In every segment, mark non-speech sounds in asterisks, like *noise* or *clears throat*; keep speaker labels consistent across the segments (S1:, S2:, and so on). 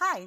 S1: Hi,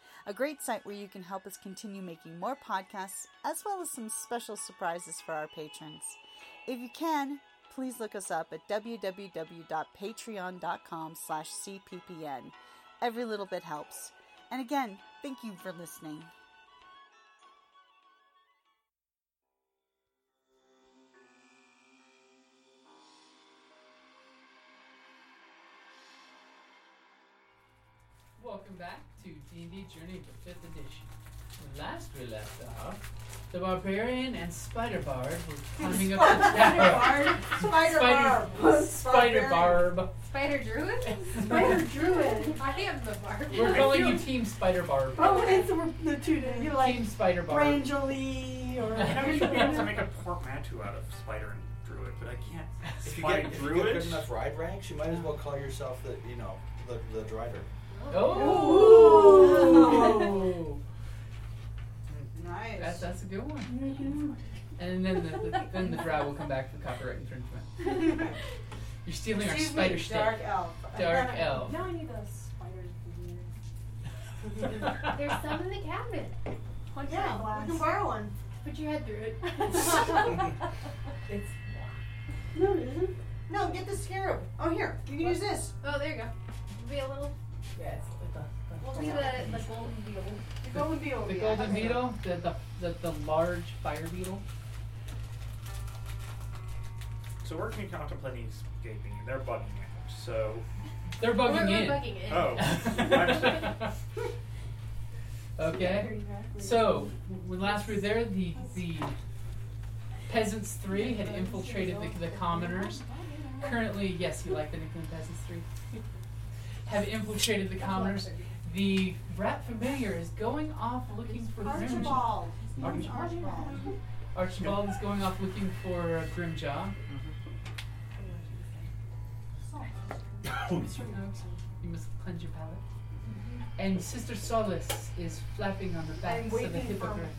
S1: a great site where you can help us continue making more podcasts, as well as some special surprises for our patrons. If you can, please look us up at www.patreon.com slash cppn. Every little bit helps. And again, thank you for listening.
S2: Welcome back to D&D Journey of the 5th Edition. When last we left off, the barbarian and spider bard were climbing up the tower.
S3: *laughs*
S4: Barb.
S1: Spider
S2: Spider, spider barb.
S4: Spider Druid? Spider Druid. I am the Barb.
S2: We're calling you Team Spider Barb.
S3: Oh, it's the, the two days. You're like
S2: Team Spider Barb.
S3: Brangeley or
S5: I should be able to make
S3: *laughs*
S5: a portmanteau out of spider and druid, but I can't.
S6: If you
S5: Spider
S6: get, if you get
S5: druid?
S6: good enough ride ranks, you might as well call yourself the, you know, the, the driver.
S2: Oh,
S1: Nice.
S2: that's that's a good
S4: Mm-hmm.
S2: one. And then the, the then the drow will come back for copyright infringement. You're stealing our spider stick.
S1: elf.
S2: Dark elf.
S3: Now I need those spiders.
S2: *laughs*
S4: There's some in the cabinet.
S3: *laughs* Yeah, we can borrow one.
S4: Put your head through *laughs* it. Oh,
S2: It's
S3: No, it isn't.
S1: No, get the scarab. Oh, here. You can use this.
S4: oh, there you go. Be a little. We'll do the, the golden deal.
S2: the
S3: The golden beetle. yeah.
S2: golden beetle, the the, the the large fire beetle.
S5: So we're con- contemplating escaping, and they're bugging out. So,
S2: They're bugging
S4: we're,
S2: in.
S4: We're bugging in.
S2: *laughs*
S5: oh, I'm-
S2: okay. So when last we were there, the the peasants three had infiltrated the, the commoners. Currently, yes, you like the nickname peasants three. *laughs* Have infiltrated the commoners. The rat familiar is going off looking for Grimjaw.
S1: Archibald.
S2: Arch-
S1: Archibald.
S2: Archibald is going off looking for uh, Grimjaw. Mr. Knox, you must cleanse your palate. And Sister Solace is flapping on the
S3: I'm
S2: backs of a
S3: waiting for
S2: hippogriff.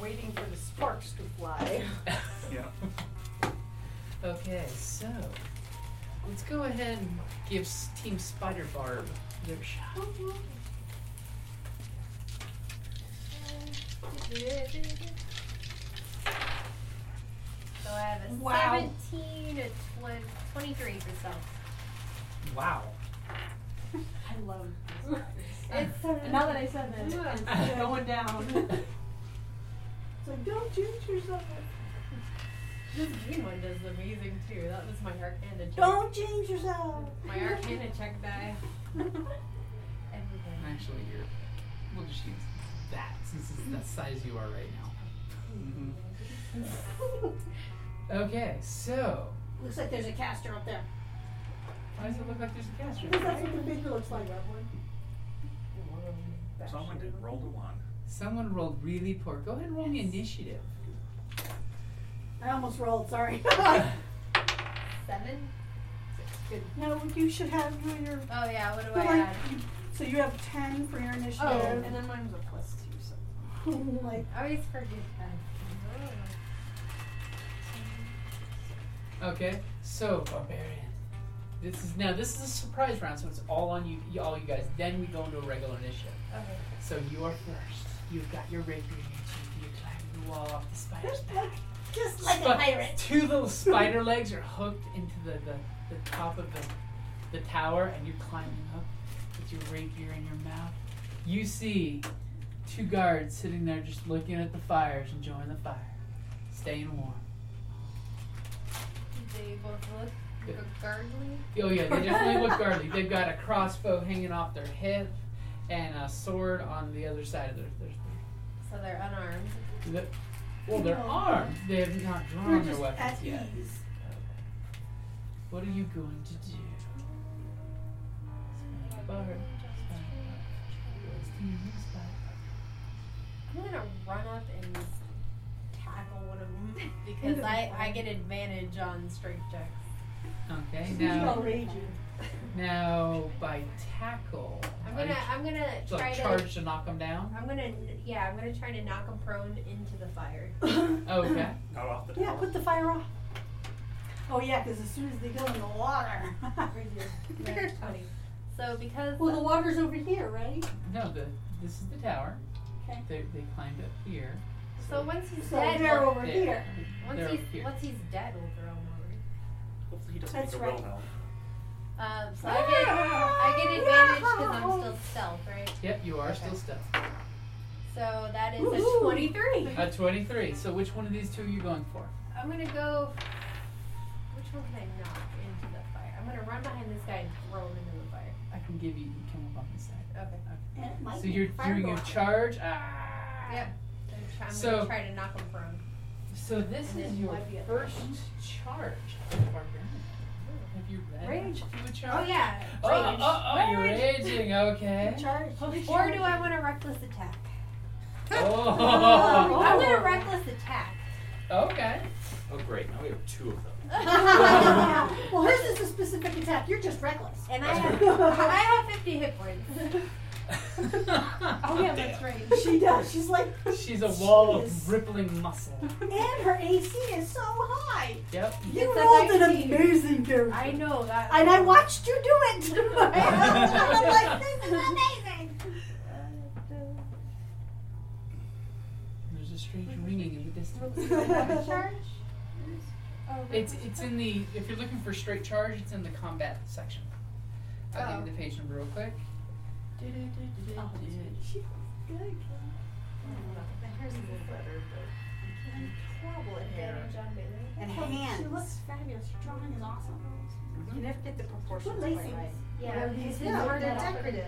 S3: Waiting for the sparks to fly.
S5: yeah.
S2: Okay, so let's go ahead and give s- Team Spider Barb their shot.
S4: So I have a
S3: Wow.
S4: 17, a twen- 23 for self.
S2: Wow.
S3: I love
S4: It's
S3: Now that I said that, it's *laughs* going down. It's like, don't jinx yourself.
S7: This green one does amazing too. That was my Arcana check.
S3: Don't jinx yourself.
S7: My Arcana check
S3: *laughs*
S7: die. Everything.
S2: Actually, you're. We'll just use that since it's the size you are right now. Okay, so.
S3: Looks like there's a caster up there.
S2: Why does it look like there's a cast
S3: Because that's what the figure looks like. That one.
S5: Someone did roll a one.
S2: Someone rolled really poor. Go ahead and roll me initiative.
S3: I almost rolled. Sorry.
S4: Seven? Good.
S3: *laughs* no, you should have you and your.
S4: Oh, yeah, what do
S3: But
S4: I
S3: like,
S4: add?
S3: you- so you have ten for your initiative.
S7: and then mine was a plus two. So.
S3: and like
S4: I always forget that.
S2: Okay, so barbarian. This is now this is a surprise round, so it's all on you, y- all you guys. Then we go into a regular initiative.
S4: Oh, Okay.
S2: So you are first. You've got your rapier, you cheat, you climb the wall off the spider's back.
S3: just like
S2: Spi-
S3: a pirate.
S2: Two
S3: *laughs*
S2: little spider legs are hooked into the, the, the top of the, the tower, and you're climbing up with your rapier in your mouth. You see two guards sitting there just looking at the fires, enjoying the fire, staying warm.
S8: They both look
S2: Good.
S8: gargly.
S2: Oh yeah, they definitely
S3: *laughs*
S2: look guardly. They've got a crossbow hanging off their hip and a sword on the other side of their. their
S4: So they're unarmed.
S2: their well, they're armed. They have not drawn their weapons
S3: at
S2: yet.
S3: ease.
S2: What are you going to do? Bard.
S4: I'm gonna run up and tackle one of them *laughs* because I, I get advantage on strength checks.
S2: Okay,
S3: He's all
S2: now
S3: raging.
S2: now by tackle.
S4: I'm
S2: are you
S4: gonna I'm gonna
S2: tr-
S4: try
S2: like
S4: to
S2: charge to knock them down.
S4: I'm gonna yeah I'm gonna try to knock them prone into the
S3: *laughs*
S4: fire. *coughs*
S2: Okay.
S5: Not off the
S3: Yeah,
S5: tower.
S3: put the fire off. Oh yeah, because as soon as they go in the water.
S4: That's
S3: *laughs*
S4: funny. So because
S3: well, the water's over here, right?
S2: No, the this is the tower.
S3: Okay.
S2: They they climbed up here.
S4: so once he's
S3: So
S4: dead,
S3: they're
S4: we'll-
S3: over
S2: There.
S3: here.
S4: once
S2: They're
S4: he's
S2: here.
S4: once he's dead, we'll throw him over.
S5: Hopefully he doesn't
S3: That's
S5: make a
S3: right.
S5: Wilhelm.
S4: Um, so I
S3: *laughs*
S4: get I get advantage because I'm still stealth, right?
S2: Yep, you are
S4: Okay.
S2: still stuck.
S4: So that is a
S3: Woohoo.
S4: 23.
S2: At 23. So which one of these two are you going for?
S4: I'm gonna go. Which one can I knock into the fire? I'm gonna run behind this guy and throw him into the fire.
S2: I can give you. You come up on this side.
S4: Okay.
S3: And it might
S2: So
S3: be
S2: you're doing a
S3: fireball.
S2: charge. Ah.
S4: Yep. I'm try- I'm
S2: So-
S4: gonna try to knock him prone.
S2: So this
S4: And
S2: is
S4: then
S2: your
S4: might be a-
S2: first charge. of Barbarian. Have you read
S4: Rage.
S2: what you would
S4: Oh
S2: charge?
S4: yeah.
S2: Oh, oh,
S4: Rage.
S2: oh, you're raging. Okay.
S3: Charge.
S4: Or do I want a reckless attack? *laughs*
S2: Oh.
S4: I'm gonna reckless
S2: *laughs*
S4: attack. *laughs*
S2: Okay.
S6: Oh, great. Now we have two of them.
S3: well, hers is a specific attack. You're just reckless.
S4: And I have I have 50
S2: *laughs*
S4: hit points.
S2: oh
S3: right. She does. She's like,
S2: She's a wall
S3: Jeez.
S2: of rippling muscle.
S4: *laughs*
S3: and her AC is so high.
S2: Yep.
S3: You
S4: It's a
S3: rolled an
S4: 19.
S3: amazing character.
S4: I know that.
S3: And I
S4: *laughs*
S3: watched you do it.
S2: *laughs*
S3: I'm like, this is amazing.
S4: *laughs*
S2: There's a strange ringing in the distance.
S4: Weapon charge.
S2: It's it's in the if you're looking for straight charge, it's in the combat section. I'll give you the page number real quick.
S3: Oh, she looks good.
S4: Hers is better, but
S3: Horrible in hair.
S4: advantage on melee.
S1: And
S3: She
S1: hands. Mm-hmm.
S3: looks fabulous. Her drawing is awesome.
S1: You have to get the proportions
S3: Good
S1: quite
S3: lacings.
S1: right.
S4: Yeah,
S3: these
S4: because
S3: are
S4: we're
S1: they're
S4: not-
S1: decorative.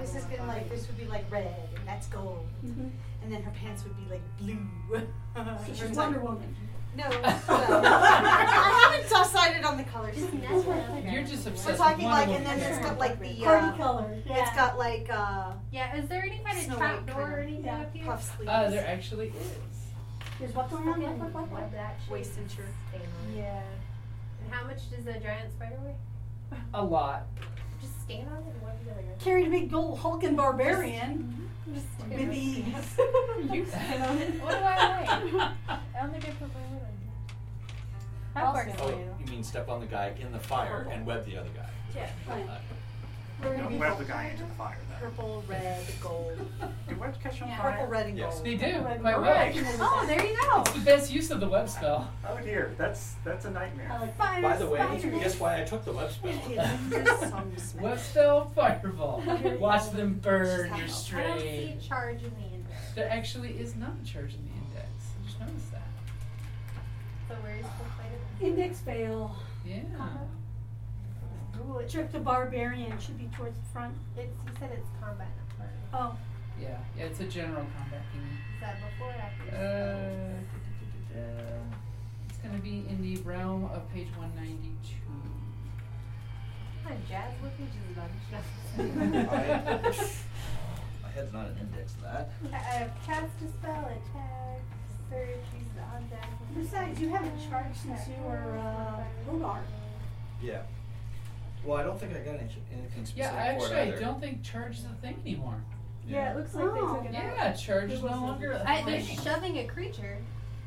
S1: This is gonna like this would be like red, and that's gold, and then her pants would be like blue.
S3: So
S1: Her
S3: she's
S1: top-
S3: Wonder Woman.
S1: No, well, I haven't decided on the colors.
S4: That's what I
S2: You're
S4: figured.
S2: just obsessed.
S1: We're
S2: with
S1: talking
S2: one of
S1: like, and
S2: them.
S1: then it's got like the
S3: Party
S1: uh,
S3: color.
S1: it's got like uh,
S4: Yeah, is there any kind of
S1: Snow
S4: trap
S1: White
S4: door or
S1: kind of-
S4: anything
S3: yeah,
S4: up here?
S1: puff sleeves.
S2: *laughs* Uh, there actually is.
S3: Here's what's going on. Look, look, look, look.
S4: What that shit
S1: Waist
S4: is
S1: and shirt.
S4: staying on.
S3: Yeah.
S4: And how much does a giant spider weigh?
S2: A lot.
S4: Just stand on it and what the other
S3: Carried a big old hulking barbarian.
S4: Just stand
S3: With
S4: on it.
S3: these.
S4: *laughs*
S2: You
S3: on it.
S4: What do *laughs* I I don't think I put my wood on. That
S3: Also-
S4: works.
S6: Oh, you mean step on the guy in the fire and web the other guy?
S4: Yeah.
S6: Uh,
S3: We're gonna
S5: Don't
S3: be
S5: web the guy into the fire, though.
S1: Purple, red, gold.
S5: Do webs catch on
S1: Purple,
S5: fire?
S1: red, and
S6: Yes.
S1: gold.
S2: They do
S3: Red
S2: quite
S5: Alright.
S2: well.
S4: Oh, there you go.
S2: It's the best use of the web spell.
S5: Oh dear, that's that's a
S3: I
S5: nightmare.
S3: like
S6: by the way,
S3: Spider-Man.
S6: guess why I took the web spell?
S3: *laughs*
S6: *laughs*
S2: Web spell
S1: *laughs*
S2: fireball. Watch them burn. You're
S4: I don't see
S2: straight.
S4: a charge in the index.
S2: There actually is not a charge in the index. I just noticed that.
S4: So where is the spider?
S3: Index fail.
S2: Yeah.
S3: Ooh, Trick the barbarian should be towards the front.
S4: It's, you said it's combat, not party.
S3: Oh,
S2: Yeah. Yeah. It's a general combat thingy.
S4: Is that before or after?
S2: Uh, it's gonna be in the realm of page 192.
S4: Come on, Jazz, what page is it on?
S9: My head's not an index to that.
S4: Ca- *laughs* uh, cast a spell, attack, surge, use the on deck.
S3: besides, you haven't charged since you were uh, Lunar.
S9: Yeah. Well, I don't think I got any, anything specific
S2: *laughs* yeah,
S9: for
S2: actually,
S9: it
S2: I
S9: either.
S2: don't think charge is a thing anymore.
S9: Yeah.
S3: looks like they took
S2: Yeah, charge is no
S3: wasn't-
S2: longer a
S4: I, they're
S2: thing.
S4: shoving a creature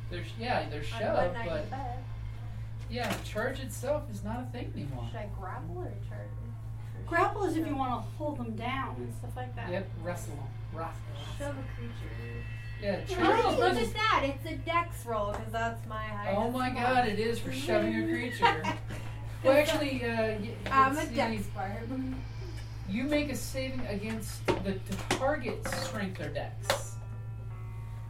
S2: There's yeah, there's
S4: on
S2: shove, but
S4: 195.
S2: yeah, charge itself is not a thing anymore.
S4: Should I grapple or charge?
S3: Grapple is if you want to hold them down and stuff like that.
S2: Yep, wrestle, wrestle.
S4: Shove a creature.
S2: Yeah,
S4: Oh,
S2: charge.
S4: look
S2: is-
S4: at that! It's a dex roll because that's my highest.
S2: oh my
S4: one.
S2: God, it is for
S4: *laughs*
S2: shoving a creature. well, actually, uh, y-
S4: I'm a
S2: let's see.
S4: dex barb.
S2: You make a saving against the target's strength or dex.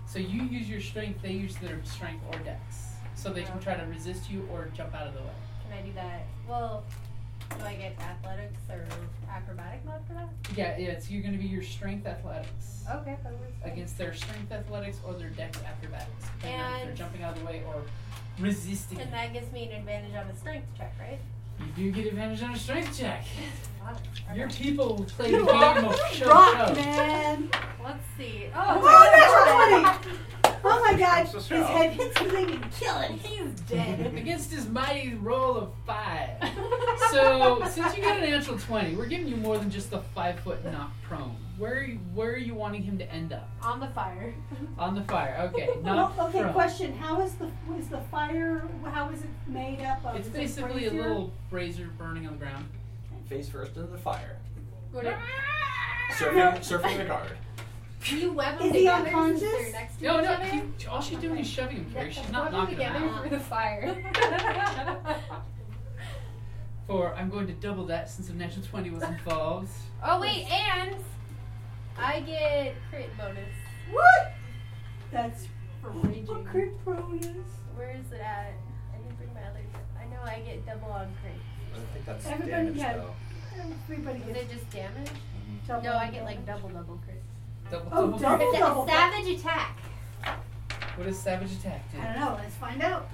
S2: So you use your strength, they use their strength or dex. So they
S4: Oh.
S2: can try to resist you or jump out of the way.
S4: Can I do that? Well, do I get athletics or acrobatic mod for that?
S2: Yeah, yeah, it's you're gonna be your strength athletics.
S4: Okay, that works.
S2: Against their strength athletics or their dex acrobatics. depending on if
S4: And-
S2: they're jumping out of the way or resisting.
S4: And that gives me an advantage on a strength check, right?
S2: You do get advantage on a strength check.
S4: Wow.
S2: Your
S4: Okay.
S2: people play the
S1: You
S2: game of show
S1: Rock,
S2: show.
S1: man!
S4: Let's see.
S1: Oh,
S4: Oh,
S1: natural 20! Oh my god,
S5: It's a
S1: his
S5: show.
S1: head hits something and kill it.
S4: he's dead.
S3: *laughs*
S2: Against his mighty roll of five. So since you got a natural twenty, we're giving you more than just the five foot knock prone. Where are you, where are you wanting him to end up?
S4: on the fire.
S2: On the fire. Okay,
S3: *laughs* Well,
S2: knock
S3: okay,
S2: prone.
S3: question. How is the is the fire? How is it made up of?
S2: It's
S3: Is it
S2: basically a
S3: brazier?
S2: little brazier burning on the ground.
S6: Face first into
S2: *laughs*
S6: the fire.
S3: *laughs*
S4: Go to,
S6: Surfing, surfing the guard.
S4: can you web them
S3: Is he
S4: together since
S3: unconscious?
S4: they're next to
S2: No,
S4: each
S2: no,
S4: other?
S2: he, all she's doing is shoving him, Carrie. She's not
S4: Web them
S2: knocking him
S4: together
S2: out.
S4: for
S3: *laughs*
S4: the fire.
S2: For I'm going to double that since a natural twenty
S3: *laughs*
S2: was involved.
S4: oh wait, and I get crit bonus.
S3: What? That's
S4: For raging.
S3: what crit pro is.
S4: Where is it at? I didn't bring my other. I know I get double on crit.
S6: I think that's
S3: Everybody
S6: damage
S3: had-
S6: though.
S3: Everybody
S4: Is
S3: gets
S4: it just damage?
S3: double.
S4: No, I get
S3: damage.
S4: like double double crit.
S2: Double, *laughs*
S3: Oh,
S2: double.
S3: double.
S4: Sa- savage attack.
S2: What does savage attack do?
S3: I don't know. Let's find out.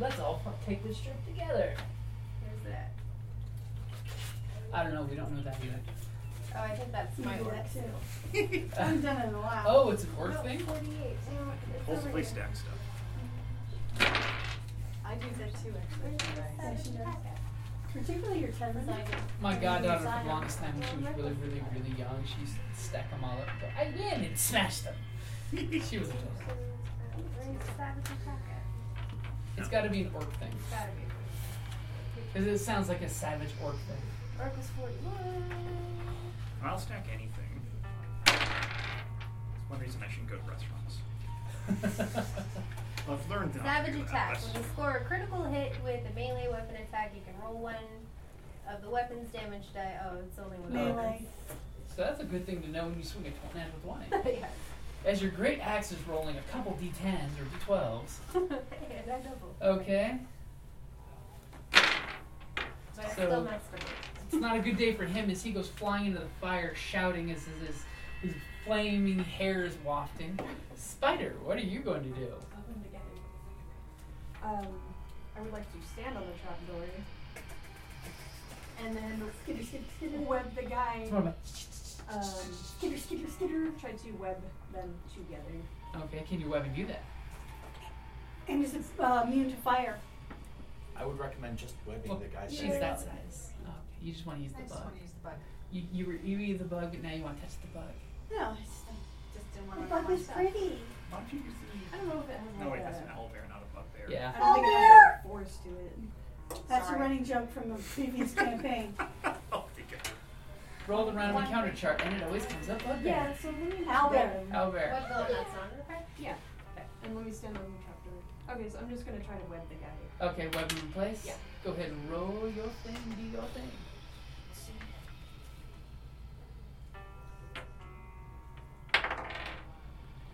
S2: Let's all fu- take this trip together.
S4: Where's it at?
S2: I don't know. We don't know that either.
S4: Oh, I think that's my
S3: do
S4: orc.
S3: that too. I haven't done it in a while.
S2: Oh, it's an orc
S4: No,
S2: thing.
S4: 48. No, it's
S3: oh,
S4: over
S5: Hopefully
S4: here.
S5: stack stuff.
S4: I do that too,
S3: Yeah, she
S4: actually.
S3: does. Particularly your ten
S2: My goddaughter for the longest time, when she was really, really, really young, she used to stack them all up. and go, I win and smash
S3: *laughs*
S2: them. She was. Adorable. It's got to be an orc thing,
S4: Gotta be.
S2: because it sounds like a savage orc thing. *laughs*
S4: Orc was 41.
S5: I'll stack anything. That's one reason I shouldn't go to restaurants. I've learned that.
S4: Savage attack. When you score a critical hit with a melee weapon attack, you can roll one of the weapon's damage die. Oh, it's only one. of
S3: melee.
S2: so that's a good thing to know when you swing a tw- natural twenty.
S4: those. *laughs* *laughs* yeah.
S2: As your great axe is rolling a couple d10s or d12s.
S4: and I double.
S2: Okay,
S4: But it's
S2: So-
S4: still my score.
S2: it's not a good day for him as he goes flying into the fire, shouting as his his, his flaming hair is wafting. Spider, what are you going to do?
S8: Um, I would like to stand on the trapdoor and
S3: *laughs*
S8: then
S3: Skitter, skitter, skitter. Web the guy.
S2: Throw him
S3: Um, skitter, skitter, skitter.
S8: try to web them together.
S2: a- Okay, can you web and do that?
S3: And is it uh, immune to fire?
S6: I would recommend just webbing
S2: Well,
S6: the guy's
S2: She's
S6: head.
S2: that size. Okay, you just want to use the bug. You you were eerie of the bug, but now you want to touch the bug.
S3: No, it's
S8: Just didn't
S3: the
S8: want to
S3: bug was pretty.
S5: Why don't you use the...
S8: I don't know if it has
S5: No,
S8: like
S5: wait,
S8: a-
S5: that's an owlbear, not a bugbear. *laughs*
S2: Yeah.
S8: I don't think it
S3: Owlbear!
S8: has like a force to it.
S3: That's a
S8: Sorry.
S3: running joke from a
S8: *laughs*
S3: previous campaign.
S5: oh, there you go.
S2: Roll the random encounter chart, and it always comes up bugbear.
S8: Yeah, so let me
S3: Owlbear.
S2: Owlbear.
S4: What the that's not in the card?
S8: And let me stand on the trapdoor. Okay, so I'm just gonna try to web the guy.
S2: Okay, web in place.
S8: Yeah.
S2: Go ahead and roll your thing, do your thing.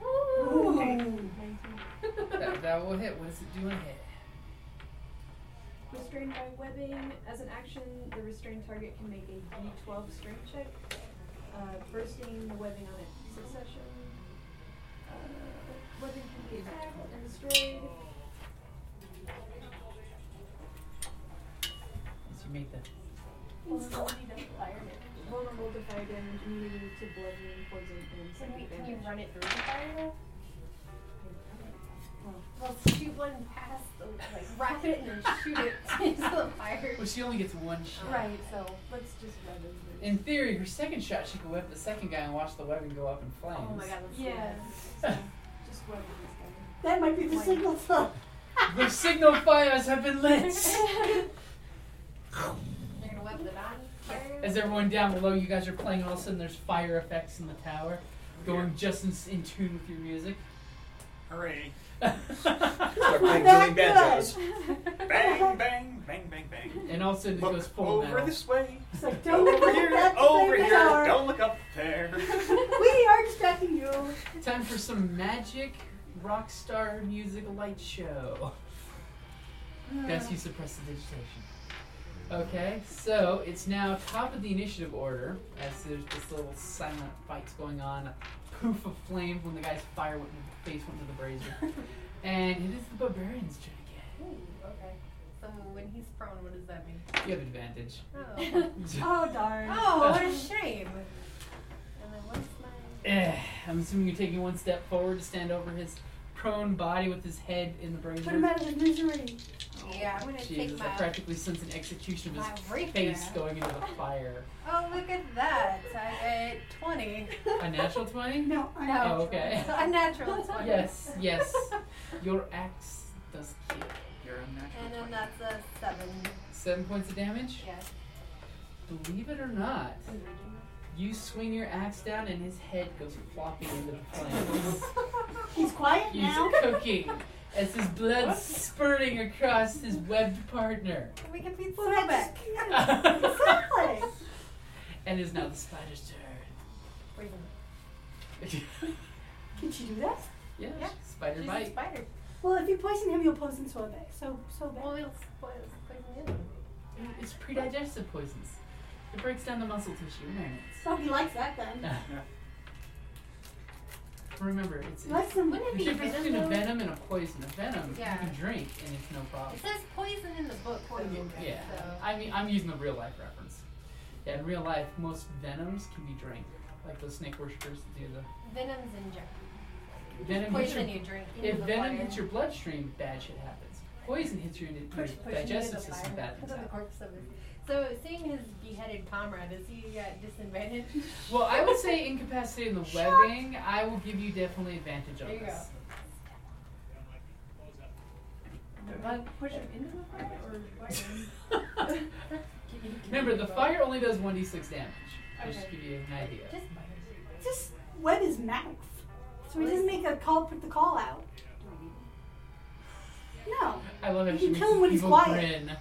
S3: Ooh.
S2: That, that will hit. What is it doing hit?
S8: Restrained by webbing. As an action, the restrained target can make a d12 strength check, uh, bursting the webbing on its succession. Uh, webbing can be attacked and destroyed.
S2: As you make the
S8: Vulnerability to fire damage. Vulnerable to fire damage, immunity to bludgeoning, poison, and
S4: Can you,
S8: psychic
S4: can you
S8: damage.
S4: run it through the fire? Well, shoot one past the, like, wrap it and then shoot it *laughs* into the fire.
S2: Well, she only gets one shot.
S8: Right, so let's just web it.
S2: In theory, her second shot, she could whip the second guy and watch the weapon go up in flames.
S4: Oh my god, let's do
S8: Yeah,
S4: that.
S8: just web it
S3: That might be the signal for
S2: the signal fires have been lit.
S4: *laughs* They're gonna web it on.
S2: As everyone down below, you guys are playing, all of a sudden there's fire effects in the tower, going just in, in tune with your music. *laughs*
S5: Hooray. *laughs*
S2: That's
S6: Start playing
S2: *laughs*
S3: Not
S6: Billy Banjos.
S5: Bang, bang. Bang, bang, bang.
S2: And also it
S5: Look
S2: goes full
S5: over
S2: metal.
S5: this way.
S3: It's like, don't
S5: *laughs*
S3: look
S5: Over
S3: over
S5: here.
S3: that
S5: Over
S3: way,
S5: here.
S3: Tower.
S5: Don't look up *laughs* there.
S3: We are distracting you.
S2: Time for some magic rock star music light show. Guess you suppressed the digitation. Okay, so it's now top of the initiative order as there's this little silent fights going on. A poof of flame when the guy's fire went in the face went to the brazier. and it is the barbarian's turn again.
S4: Ooh, okay. So when he's prone, what does that mean?
S2: You have advantage.
S4: *laughs* Oh,
S3: Oh, darn.
S4: oh what a shame. And then what's my.
S2: Eh, I'm assuming you're taking one step forward to stand over his prone body with his head in the brazier.
S3: Put him out of his misery.
S4: Yeah, I'm gonna take
S2: Jesus, I
S4: my.
S2: practically sense an execution of
S4: my
S2: his
S4: rapier.
S2: face going into the fire.
S4: Oh, look at that. I get 20.
S2: A natural
S4: *laughs*
S2: 20?
S3: No, I
S4: No.
S2: *laughs* Oh,
S4: *laughs*
S2: okay.
S4: So unnatural 20.
S2: Yes, yes. Your axe does kill. You're unnatural.
S4: And then
S2: 20.
S4: that's a 7.
S2: Seven points of damage?
S4: Yes.
S2: Believe it or not, you swing your axe down and his head goes flopping into the
S4: *laughs*
S2: flames.
S3: He's quiet
S2: He's
S3: now.
S2: cooking as his blood spurting across his webbed
S4: *laughs*
S2: partner. *laughs*
S4: We can beat
S3: Well, that's
S4: back.
S3: exactly.
S2: And is now the spider's *laughs* turn.
S3: Can she do that?
S2: yeah,
S4: Yeah.
S2: spider
S4: She's a
S2: bite.
S4: spider.
S3: Well, if you poison him, you'll poison so bad. So, so
S4: Well,
S3: bad.
S4: it'll spoil poison the other one.
S2: It's predigestive poisons. It breaks down the muscle tissue and marinates.
S3: So he likes that then.
S2: Remember, it's, it's
S3: He likes them.
S4: Wouldn't it
S2: the
S4: be
S2: difference between a
S4: venom? though?
S2: venom and a poison. A venom
S4: Yeah.
S2: you can drink and it's no problem.
S4: It says poison in the book. Poison.
S2: Oh, Yeah,
S4: So.
S2: I mean, I'm using the real life reference. Yeah, in real life, most venoms can be drank, like those snake worshippers that do the
S4: Venom's injected.
S2: venom. Hits your,
S4: Poison you drink. into
S2: if
S4: the
S2: venom
S4: fire.
S2: hits your bloodstream, bad shit happens. Poison hits your, your
S4: Push- push him
S2: digestive
S4: into the
S2: system,
S4: fire.
S2: bad things
S4: Put on the
S2: happen.
S4: corpse of his- So, seeing his beheaded comrade, is he uh, at disadvantage?
S2: Well, I would say incapacitated
S4: *laughs*
S2: in the webbing. I will give you definitely advantage on
S4: There you go.
S2: this.
S3: Like, push him into the fire or what?
S2: Remember, the fire only does 1d6 damage. I Just to
S4: Okay.
S2: give you an idea.
S4: Just
S3: Just web his mouth. So he doesn't make a call, put the call out. No,
S2: I love it.
S3: You can kill him when he's quiet.
S2: Grin.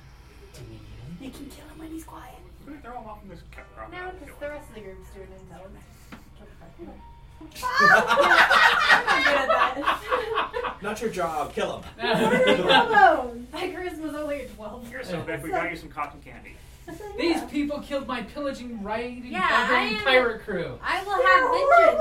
S3: you can kill him when he's quiet.
S5: Throw him off in this oh, cat rock.
S4: now, because the rest of the group's doing intelligence.
S3: I'm not good at that.
S6: Not your job. Kill him.
S3: Alone.
S4: My charisma's only a 12.
S5: Here's so Beck, we got you some cotton candy.
S2: These people killed my pillaging, rioting,
S4: Yeah,
S2: barbarian
S4: I am-
S2: pirate crew.
S4: I will
S3: They're
S4: have vengeance.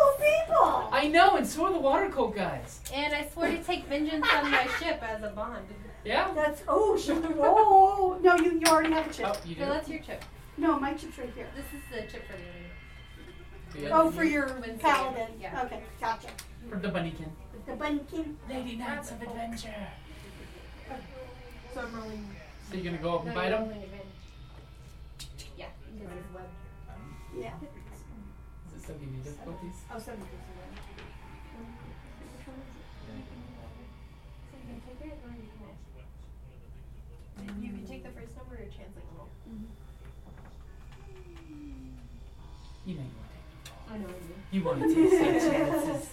S3: horrible people.
S2: I know, and so are the water cult guys.
S4: And I swear to take vengeance on *laughs* my ship as a bond.
S2: Yeah?
S3: That's oh, *laughs* sh- oh no, you you already have a chip.
S2: Oh, you do?
S4: No, that's your chip.
S3: No, my chip's right here.
S4: This is the chip for the other.
S2: Yeah.
S3: Oh, for your
S4: Wednesday.
S3: paladin.
S4: Yeah.
S3: Okay, gotcha.
S2: For the bunnykin.
S3: The bunkin.
S2: Lady Knights of Adventure.
S4: So I'm rolling.
S2: So you're gonna go up
S4: No,
S2: and bite
S4: you're
S2: him?
S4: rolling advantage. Yeah, because it's web.
S2: Is
S3: Yeah.
S2: it still giving you difficulties?
S4: Oh, seven is web. Which one is it? So you can take it or you can. You can take the first number or chance like roll.
S2: You know you
S4: I know you.
S2: want to. You want to take some chances.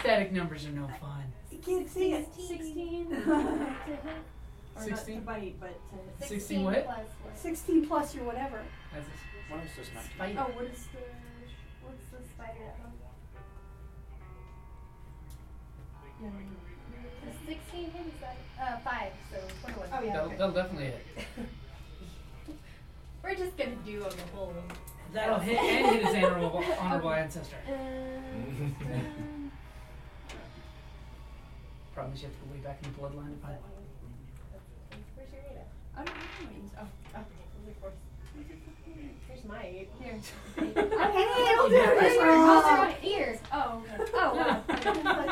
S2: Static numbers are no fun.
S3: You can't see it.
S4: Sixteen. *laughs*
S3: Or not to
S2: 16?
S3: bite, but to
S2: 16 what?
S4: plus
S3: sixteen plus your whatever.
S2: That's a
S5: What is this? Not
S2: spite.
S4: Oh, what is the what's the spider at home? The sixteen hit is that uh five, so twenty-one.
S3: Oh yeah.
S2: That'll, that'll definitely hit.
S4: We're just gonna do on the whole.
S2: That'll hit and hit his honorable, honorable ancestor.
S4: Uh,
S2: *laughs*
S4: um,
S2: Problem is, you have to go way back in the bloodline to find one.
S4: where's your eight at?
S3: I don't know what it means. Oh.
S4: Here's my eight. *laughs* Here.
S3: Hey, I'll do
S2: Yeah.
S3: it.
S4: How's
S3: Oh,
S4: everyone ears? Oh, okay. Oh, wow.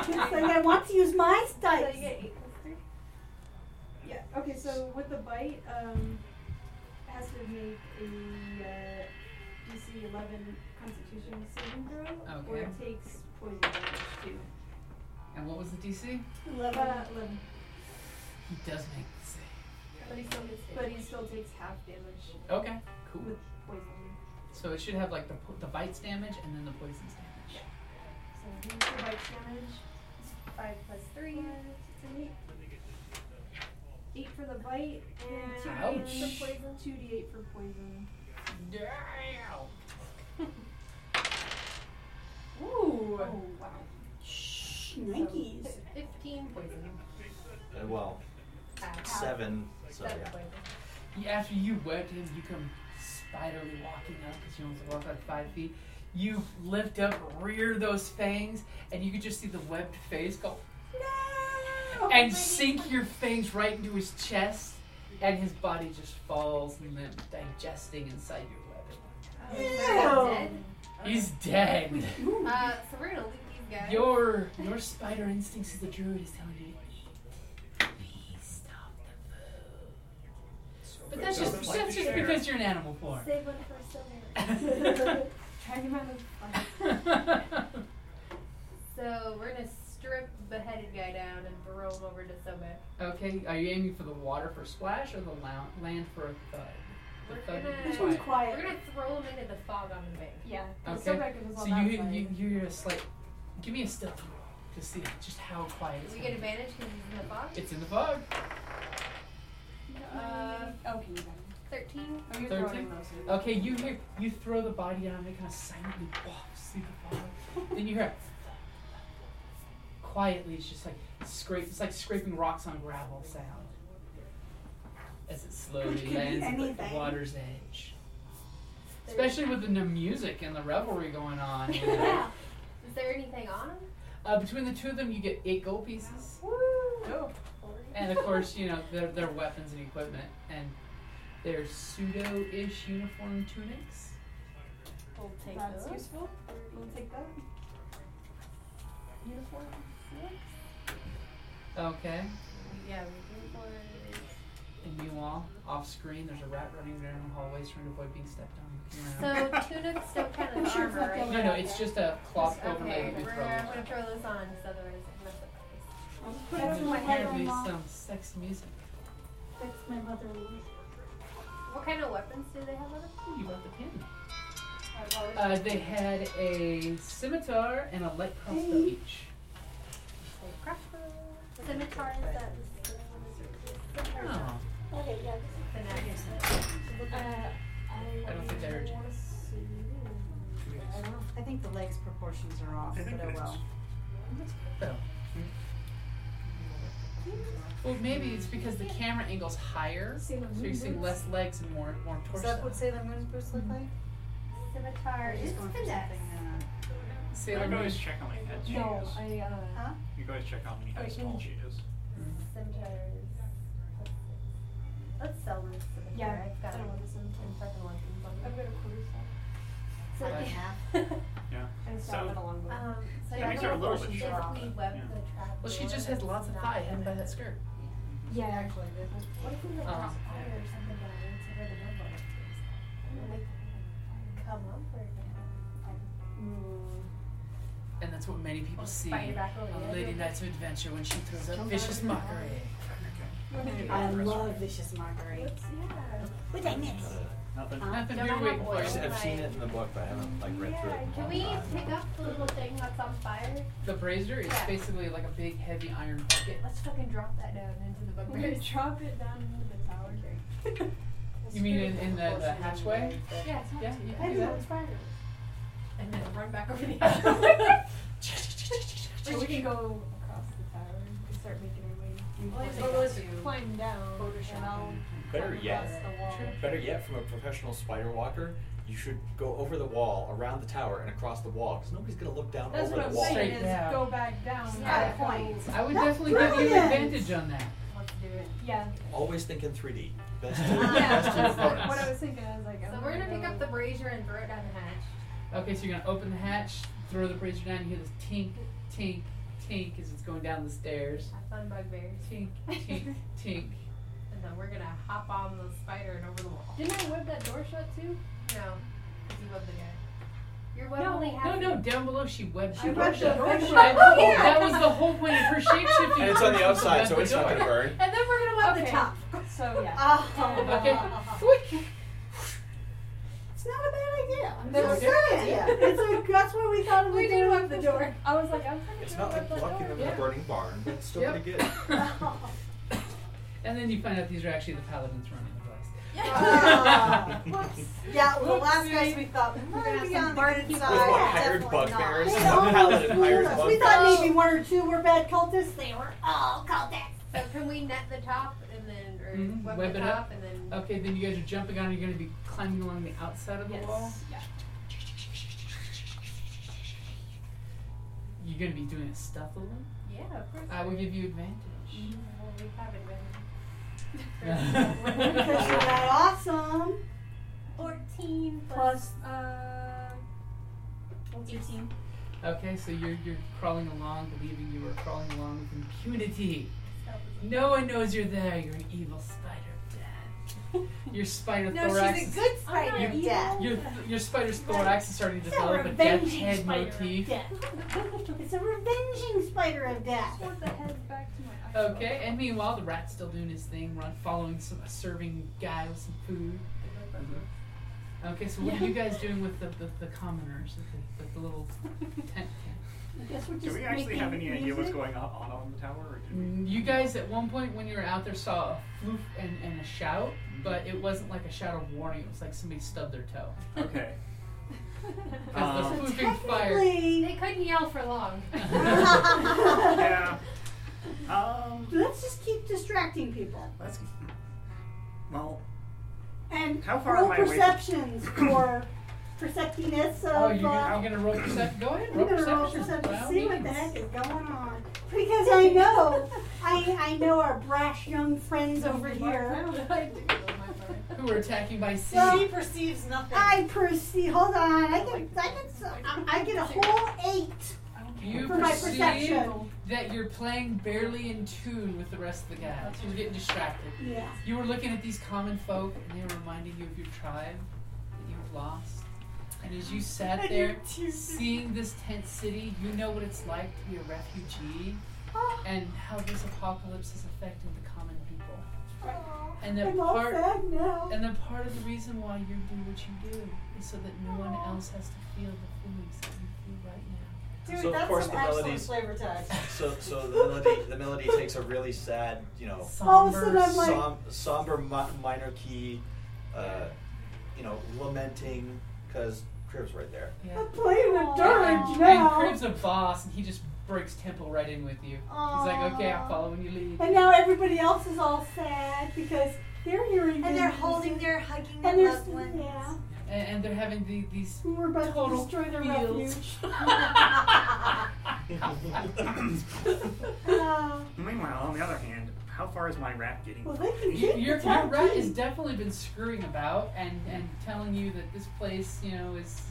S3: it's like I want to use my
S4: So
S3: dice.
S4: you get eight plus three.
S8: Yeah, okay, so with the bite, um, it has to make a uh, DC 11 Constitution saving throw, or
S2: Okay.
S8: it takes poison damage too.
S2: And what was the DC? He
S3: Eleven.
S8: Uh, 11,
S2: does make the save.
S4: But he still gets
S8: but he still takes half damage
S2: Okay, cool.
S8: with poison.
S2: So it should have like the, po- the bites damage and then the poisons damage.
S8: So he takes the bite damage.
S4: Five plus three.
S8: It's an eight. Eight for the bite and two
S2: Ouch.
S8: D8 for poison. Two D8 for poison.
S2: Damn.
S3: Ooh.
S8: Oh wow.
S3: Shnikes.
S4: 15 poison.
S6: Uh, well,
S4: Ah,
S6: seven. So
S4: Seven
S6: yeah.
S4: poison.
S2: Yeah, after you whip him, you come spiderly walking up because you only walk like five feet. You lift up, rear those fangs, and you can just see the webbed face go
S3: No.
S2: and sink your fangs right into his chest, and his body just falls limp, digesting inside your weapon.
S4: Oh, so he's dead.
S2: He's dead.
S4: Uh, so we're gonna leave these guys.
S2: Your your spider instincts as a druid is telling you. to eat. Please stop the food. But that's just that's just because you're an animal form.
S8: Save one for
S2: Drag
S8: Sylvan. Drag him out of the fire.
S4: So we're gonna strip beheaded guy down and throw him over to Soba.
S2: *laughs* okay, are you aiming for the water for splash or the lou- land for a thud? The
S4: We're
S2: thud
S4: gonna-
S2: would be
S3: This one's
S2: quiet.
S4: We're
S3: quiet.
S4: gonna throw him into the fog on the bank.
S8: Yeah.
S2: Okay.
S8: So back it was
S2: So
S8: all
S2: you
S8: outside.
S2: you you're just like, give me a stealth roll to see just how quiet it's.
S4: Do we
S2: gonna
S4: get advantage because he's in the fog?
S2: be. It's in the fog.
S4: Uh,
S3: okay. You got it.
S4: 13.
S3: Oh, you're throwing
S2: Thirteen?
S3: those.
S2: Okay, you hear you throw the body down, and it kind of silently wafts through the fog. then you hear it quietly. It's just like scrape. It's like scraping rocks on gravel sound as it
S3: Which
S2: slowly
S3: could be
S2: lands at like, the
S3: anything.
S2: water's edge. Especially with the new music and the revelry going on. you
S3: *laughs*
S2: know.
S4: *laughs* Yeah. Is there anything on him?
S2: uh, between the two of them, you get eight gold pieces,
S3: Oh.
S2: and of course, you know their their weapons and equipment and their pseudo-ish uniform tunics.
S4: We'll take
S3: That's
S4: those.
S3: useful.
S8: We'll take that.
S3: Uniform.
S2: Okay.
S4: Yeah, we can for
S2: And meanwhile, off screen, there's a rat running down hallways trying to avoid being stepped on. You know?
S4: *laughs* So tunics don't count as
S3: Sure,
S4: armor,
S3: fuck
S4: right?
S2: no, no, it's just a cloth overlay
S4: Okay,
S2: that we
S4: we're,
S2: throw. on.
S4: I'm gonna throw those on, so otherwise I mess up my face.
S3: I'll just put it
S2: There's
S3: on my head.
S2: apparently some sex music.
S3: That's my mother.
S4: What kind of weapons do they have on them?
S2: Ooh, you got the pin.
S3: I've always
S2: Uh, they had a scimitar and a light crossbow each.
S4: Scimitar is that the same one as your scimitar?
S2: Oh,
S4: The knife.
S2: I don't think they're.
S1: I, don't, I think the legs proportions are off,
S5: I think
S1: but oh
S5: it is.
S1: well.
S2: That's good though. Well, maybe it's because the camera angle's higher, so you're seeing less legs and more more
S1: Is
S2: torso.
S1: that what Sailor Moon's boots look like?
S4: Scimitar
S1: Or
S4: is
S1: just going for
S4: finesse.
S1: something, uh,
S2: Sailor
S5: You
S2: Moon.
S5: guys check how many heads she
S3: No,
S5: is.
S3: I, uh.
S5: You guys check how many heads tall she is.
S4: Scimitar is. Let's sell this scimitar.
S8: Yeah,
S4: I've got
S8: I
S4: it.
S8: want this one
S4: I'm fucking wanting
S8: I've got a quarter staff
S4: So,
S2: Right.
S8: and a
S5: So-
S8: staff and a longbow.
S4: *laughs* um, so
S5: That
S4: yeah,
S5: makes her a little bit
S4: if
S5: short.
S4: we web
S5: Yeah.
S4: the trap
S2: Well, she
S4: door,
S2: just has
S4: it's
S2: lots of
S4: not
S2: thigh hidden by that
S4: connected.
S2: skirt.
S8: yeah, actually.
S4: What if we like
S2: Uh-huh.
S4: cross fire or something by into where the notebook is? Would it, Like, come up or Mm.
S2: And that's what many people Oh, see
S4: Fight your back over
S2: on
S4: the
S2: Lady
S4: edge.
S2: Knights of Adventure when she throws up vicious mockery. *laughs*
S1: I love vicious mockery. What did I *laughs* miss?
S5: Nothing.
S2: Nothing
S4: Don't
S2: here
S4: I
S2: waiting
S4: have
S2: for you.
S4: oil?
S6: I've
S4: Right.
S6: seen it in the book, but I haven't like read through it. in a
S4: Can
S6: long
S4: we
S6: time.
S4: pick up the little thing that's on fire?
S2: The brazier is
S4: Yeah.
S2: basically like a big, heavy iron bucket.
S4: Let's fucking drop that down into the
S8: We're gonna
S4: bugbears.
S8: *laughs* drop it down into the
S4: *laughs*
S8: tower.
S2: You mean in, in the, the hatchway?
S4: Yeah, it's not
S2: Yeah,
S4: too
S2: you
S4: bad.
S2: can do that.
S4: And then run back over the other. *laughs*
S8: Or we can go across the tower and start making our way.
S4: Well, I think
S8: Or let's
S4: that's you.
S8: climb down and I'll
S6: Better
S8: climb
S6: yet-
S8: across the wall.
S6: Better yet, from a professional spider walker, you should go over the wall, around the tower, and across the wall, because nobody's gonna look down
S8: That's
S6: over
S8: what
S6: the
S8: I'm
S6: wall.
S8: saying
S2: Straight
S8: is
S2: down.
S8: go back down.
S4: Yeah.
S8: Go-
S1: Point.
S2: I would
S3: That's
S2: definitely give you
S3: brilliant.
S2: advantage on that.
S4: Let's do it.
S8: Yeah.
S6: Always think in 3D. Best to,
S8: *laughs* Yeah,
S6: best to
S8: that's
S6: opponents.
S8: what I was thinking. I was like,
S4: So
S8: oh
S4: we're
S8: my
S4: gonna pick
S8: God.
S4: up the brazier and throw it down the hatch.
S2: Okay, so you're gonna open the hatch, throw the brazier down, you hear this tink, tink, tink as it's going down the stairs.
S4: Have fun, bugbears.
S2: Tink, tink, tink.
S4: And then we're gonna hop on the spider and over the wall.
S8: Didn't I web that door shut too?
S4: No, because you love the guy. Your web
S8: No,
S4: only
S2: No,
S4: has
S2: no, down below she webbed.
S8: I
S2: it.
S8: webbed the door shut.
S2: That was the whole point of her shapeshifting.
S6: And it's on the outside,
S2: Web *laughs*
S6: so
S2: the
S6: it's not
S2: door.
S6: gonna burn.
S4: And then we're gonna web
S8: Okay.
S4: the top.
S3: Oh,
S8: So yeah.
S2: Okay. Quick.
S1: It's not a bad idea. I'm
S2: That was
S1: just saying. It's a, that's what we thought it would
S4: We did
S1: do.
S4: web the
S3: *laughs*
S4: door.
S8: *laughs* I was like, oh. I'm trying to
S6: It's
S8: figure
S6: not
S8: out
S6: like
S8: what that
S6: locking
S8: door is.
S6: them in a burning barn, but it's still
S2: Yep.
S6: pretty good.
S2: *laughs* And then you find out these are actually the paladins running the place.
S8: Uh,
S1: Ah.
S4: Whoops.
S1: Yeah, well, the last guys we thought might be on the good
S6: With what,
S1: side.
S6: hired
S1: Definitely
S6: bugbears?
S1: not.
S6: They almost Paladin fooled hires us.
S1: We
S6: bugbears.
S1: thought maybe one or two were bad cultists. They were all cultists.
S4: So can we net the top and then, or
S2: Mhm,
S4: web,
S2: web
S4: the
S2: it
S4: top
S2: up. Uh,
S4: and then?
S2: Okay, then you guys are jumping on. You're going to be climbing along the outside of the
S4: Yes.
S2: wall.
S4: Yeah.
S2: You're going to be doing it stealthily.
S4: Yeah, of course.
S2: I will give you advantage. Mm-hmm.
S4: Mm, Well, we haven't
S1: Because you're
S4: been.
S1: that awesome.
S4: Fourteen plus, uh, eighteen.
S2: Okay, so you're you're crawling along, believing you are crawling along with impunity.
S4: Stealth is a-
S2: No one knows you're there. You're an evil spider. Dad. Your spider
S1: *laughs* No,
S2: thorax.
S1: she's a
S2: is-
S1: good
S4: I'm
S1: spider
S4: not evil.
S1: death.
S2: your, your spider's thorax is starting to
S1: It's a
S2: develop a death's
S1: revenging
S2: head
S1: spider of
S2: motif.
S1: death. It's a revenging spider of death.
S8: Put the head back to my eyes.
S2: Okay, and meanwhile, the rat's still doing his thing. Run, following some a serving guy with some food. Okay, so what are you guys doing with the, the, the commoners, with the, with the little
S3: *laughs*
S2: tent?
S5: Do we actually have any idea what's going on on, on the tower? Or did we?
S2: You guys, at one point when you were out there, saw a floof and, and a shout, but it wasn't like a shout of warning. It was like somebody stubbed their toe.
S5: Okay.
S2: Because
S5: Um,
S2: the floofing fire.
S1: Technically,
S4: They couldn't yell for long.
S5: Yeah. Um.
S3: Let's just keep distracting people
S5: Let's. Well,
S3: and
S5: How far
S3: roll
S5: am I away from-
S3: perceptions
S5: *coughs*
S3: for perceptiveness of.
S2: Oh, you're,
S3: uh,
S2: gonna, you're gonna roll perception. Go ahead,
S3: I'm
S2: roll
S3: gonna roll
S2: perception.
S3: perception
S2: by all
S3: to see what the
S2: means.
S3: heck is going on. Because I know, I, I know our brash young friends over here.
S2: Who are attacking by sea?
S3: Well,
S1: she perceives nothing.
S3: I perceive. Hold on, I get I get I get a whole eight
S2: you
S3: for my
S2: perceive
S3: perception.
S2: that you're playing barely in tune with the rest of the guys. You're getting distracted.
S3: Yeah.
S2: You were looking at these common folk, and they were reminding you of your tribe that you've lost. And as you sat there, seeing this tent city, you know what it's like to be a refugee, and how this apocalypse is affecting the common people. And that
S3: I'm all
S2: part,
S3: sad now.
S2: and that part of the reason why you do what you do is so that no one else has to feel the feelings that you feel right now.
S1: Dude,
S6: So, of
S1: that's
S6: course,
S1: some
S6: the
S1: excellent
S6: melodies-
S1: flavor text.
S6: So, so the melody, the melody takes a really sad, you know,
S3: All of a sudden
S2: Somber,
S3: I'm like-
S6: som- somber mi- minor key, uh, you know, lamenting because Crib's right there.
S2: yeah.
S3: I'm playing with
S2: And,
S3: Dirge
S2: and
S3: now.
S2: Crib's a boss, and he just breaks tempo right in with you. He's like, okay, I'm following you lead.
S3: And now everybody else is all sad because they're hearing
S1: And they're
S3: these-
S1: holding, they're hugging their
S3: and they're
S1: loved ones.
S3: yeah.
S2: and, and they're having the, these
S3: We were about
S2: total
S3: to destroy their
S2: feels.
S3: refuge.
S2: Y-
S3: Uh,
S5: meanwhile, on the other hand, how far is my rat getting?
S3: well, they can keep
S2: Your,
S3: the
S2: your
S3: top
S2: rat
S3: key.
S2: has definitely been screwing about and, and telling you that this place, you know, is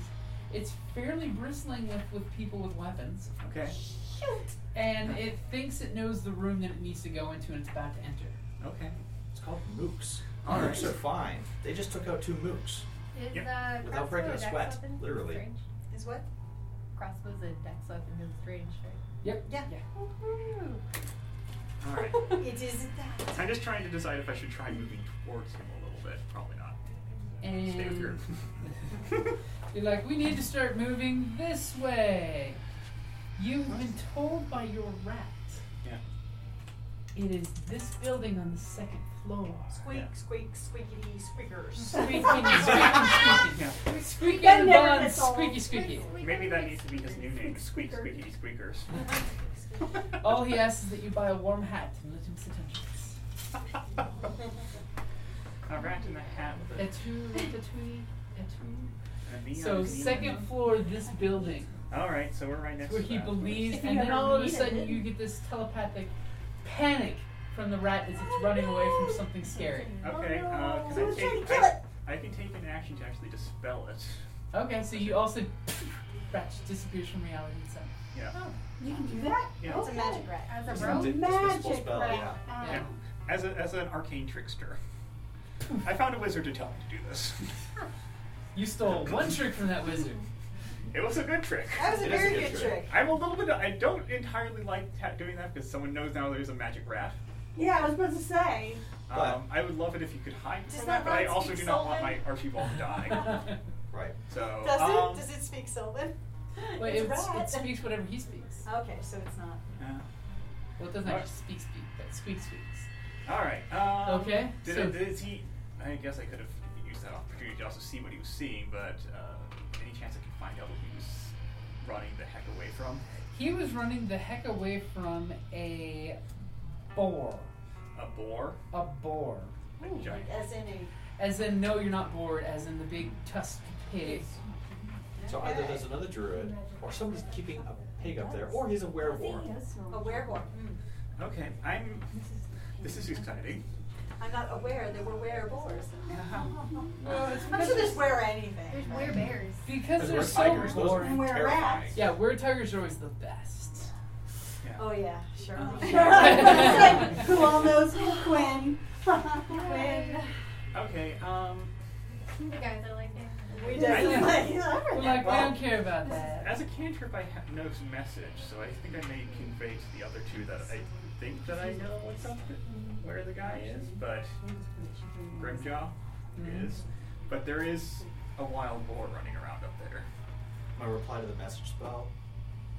S2: it's fairly bristling with, with people with weapons,
S5: Okay.
S2: and it thinks it knows the room that it needs to go into, and it's about to enter.
S5: Okay.
S6: It's called mooks.
S5: All
S6: mooks are
S5: right.
S6: fine. They just took out two mooks.
S4: Is,
S5: Yep.
S4: uh,
S6: Without breaking a
S4: crossbow dex
S6: sweat,
S4: weapon
S6: literally.
S4: Strange.
S1: Is what?
S4: Crossbow's a dex weapon. It's strange, right? Woohoo.
S3: *laughs*
S5: All
S2: *laughs*
S5: right.
S1: It isn't that.
S5: I'm just trying to decide if I should try moving towards him a little bit. Probably not. Stay with your.
S2: And you're like, we need to start moving this way. You've been told by your rat.
S5: Yeah.
S2: It is this building on the second floor.
S1: Squeak, squeak, squeakity, squeakers.
S2: *laughs* Squeaky, squeaky,
S5: Yeah.
S2: squeaky. Squeaky
S3: That
S2: in the
S3: never
S2: bun,
S3: gets old.
S2: squeaky, squeaky.
S4: Squeak, squeak,
S5: *laughs* Maybe that
S4: squeak.
S5: needs to be his new name. Squeak, squeaky, squeakers.
S2: All he asks is that you buy a warm hat and let him sit under it.
S5: A rat in the hat with a,
S2: A two, a two, a
S5: a
S2: two.
S5: neon
S2: So
S5: neon.
S2: second floor, this building,
S5: All right, so we're right next
S2: where
S5: to
S2: he
S5: that.
S2: believes,
S3: If you
S2: and then
S3: ever
S2: all of a
S3: needed
S2: sudden
S3: it.
S2: you get this telepathic panic from the rat as it's running away from something scary.
S5: Okay, uh,
S3: So
S5: can I
S3: we're Oh, trying to
S5: take?
S3: kill
S5: I,
S3: it. Oh,
S5: I can take an action to actually dispel it.
S2: Okay, so you also *laughs* rat just disappears from reality itself.
S5: Yeah.
S3: You can do that.
S5: Yeah.
S1: It's a magic rat.
S4: As a
S6: It's
S4: rogue,
S6: a
S3: Magic
S6: dispensable spell,
S3: rat.
S6: yeah.
S5: Yeah. As a, as an arcane trickster, I found a wizard to tell me to do this.
S2: You stole one trick from that wizard.
S5: It was a good trick.
S1: That was a
S6: It is
S1: very good, trick.
S5: I'm a little bit. I don't entirely like ta- doing that because someone knows now there's a magic rat.
S3: Yeah, I was about to say.
S6: But-
S5: Um, I would love it if you could hide
S1: Does
S5: from
S1: that
S5: that, but I
S1: rat
S5: also
S1: speak
S5: do not want my
S1: Sylvan?
S5: Archibald
S2: *laughs*
S5: to die.
S6: Right.
S5: So,
S1: Does
S5: um,
S1: it? Does it speak Sylvan?
S2: Wait,
S1: It's
S2: it, it
S1: rat.
S2: speaks whatever he speaks.
S1: Okay, so it's not.
S5: yeah.
S2: Well, it doesn't
S5: Alright.
S2: actually speak speak, but squeak squeaks.
S5: All right. Um,
S2: Okay,
S5: Did,
S2: so-
S5: it, did he? I guess I could have used that opportunity to also see what he was seeing, but uh, any chance I could find out what he was running the heck away from?
S2: He was running the heck away from a boar.
S5: A boar,
S2: A boar.
S5: like a giant.
S3: As in a.
S2: As in, no, you're not bored, as in the big tusked pig.
S6: So either there's another druid, or somebody's keeping a pig up there, or he's a werewolf.
S3: A werewolf. Mm.
S5: Okay, I'm. This is exciting.
S3: I'm not aware there were werewolves.
S2: Well, it's
S3: I'm sure
S2: because-
S3: there's were anything. *laughs*
S4: There's weird bears.
S2: because
S6: Those
S2: they're
S6: were
S2: so
S6: tigers, those were
S2: boring.
S3: And were
S6: terrifying.
S3: rats.
S2: Yeah, weird tigers are always the best.
S3: Oh yeah, sure.
S2: yeah.
S1: *laughs*
S3: Who all knows who Quinn?
S2: Oh.
S3: Quinn.
S5: Okay. Um,
S4: The guys are like that.
S3: We
S5: definitely-
S3: definitely.
S2: We're like, we don't care about that.
S5: as a cantrip, I have no message, so I think I may convey to the other two that I think that I know what's up, where the guy is, but Grimjaw is. But there is a wild boar running around up there.
S6: My reply to the message spell,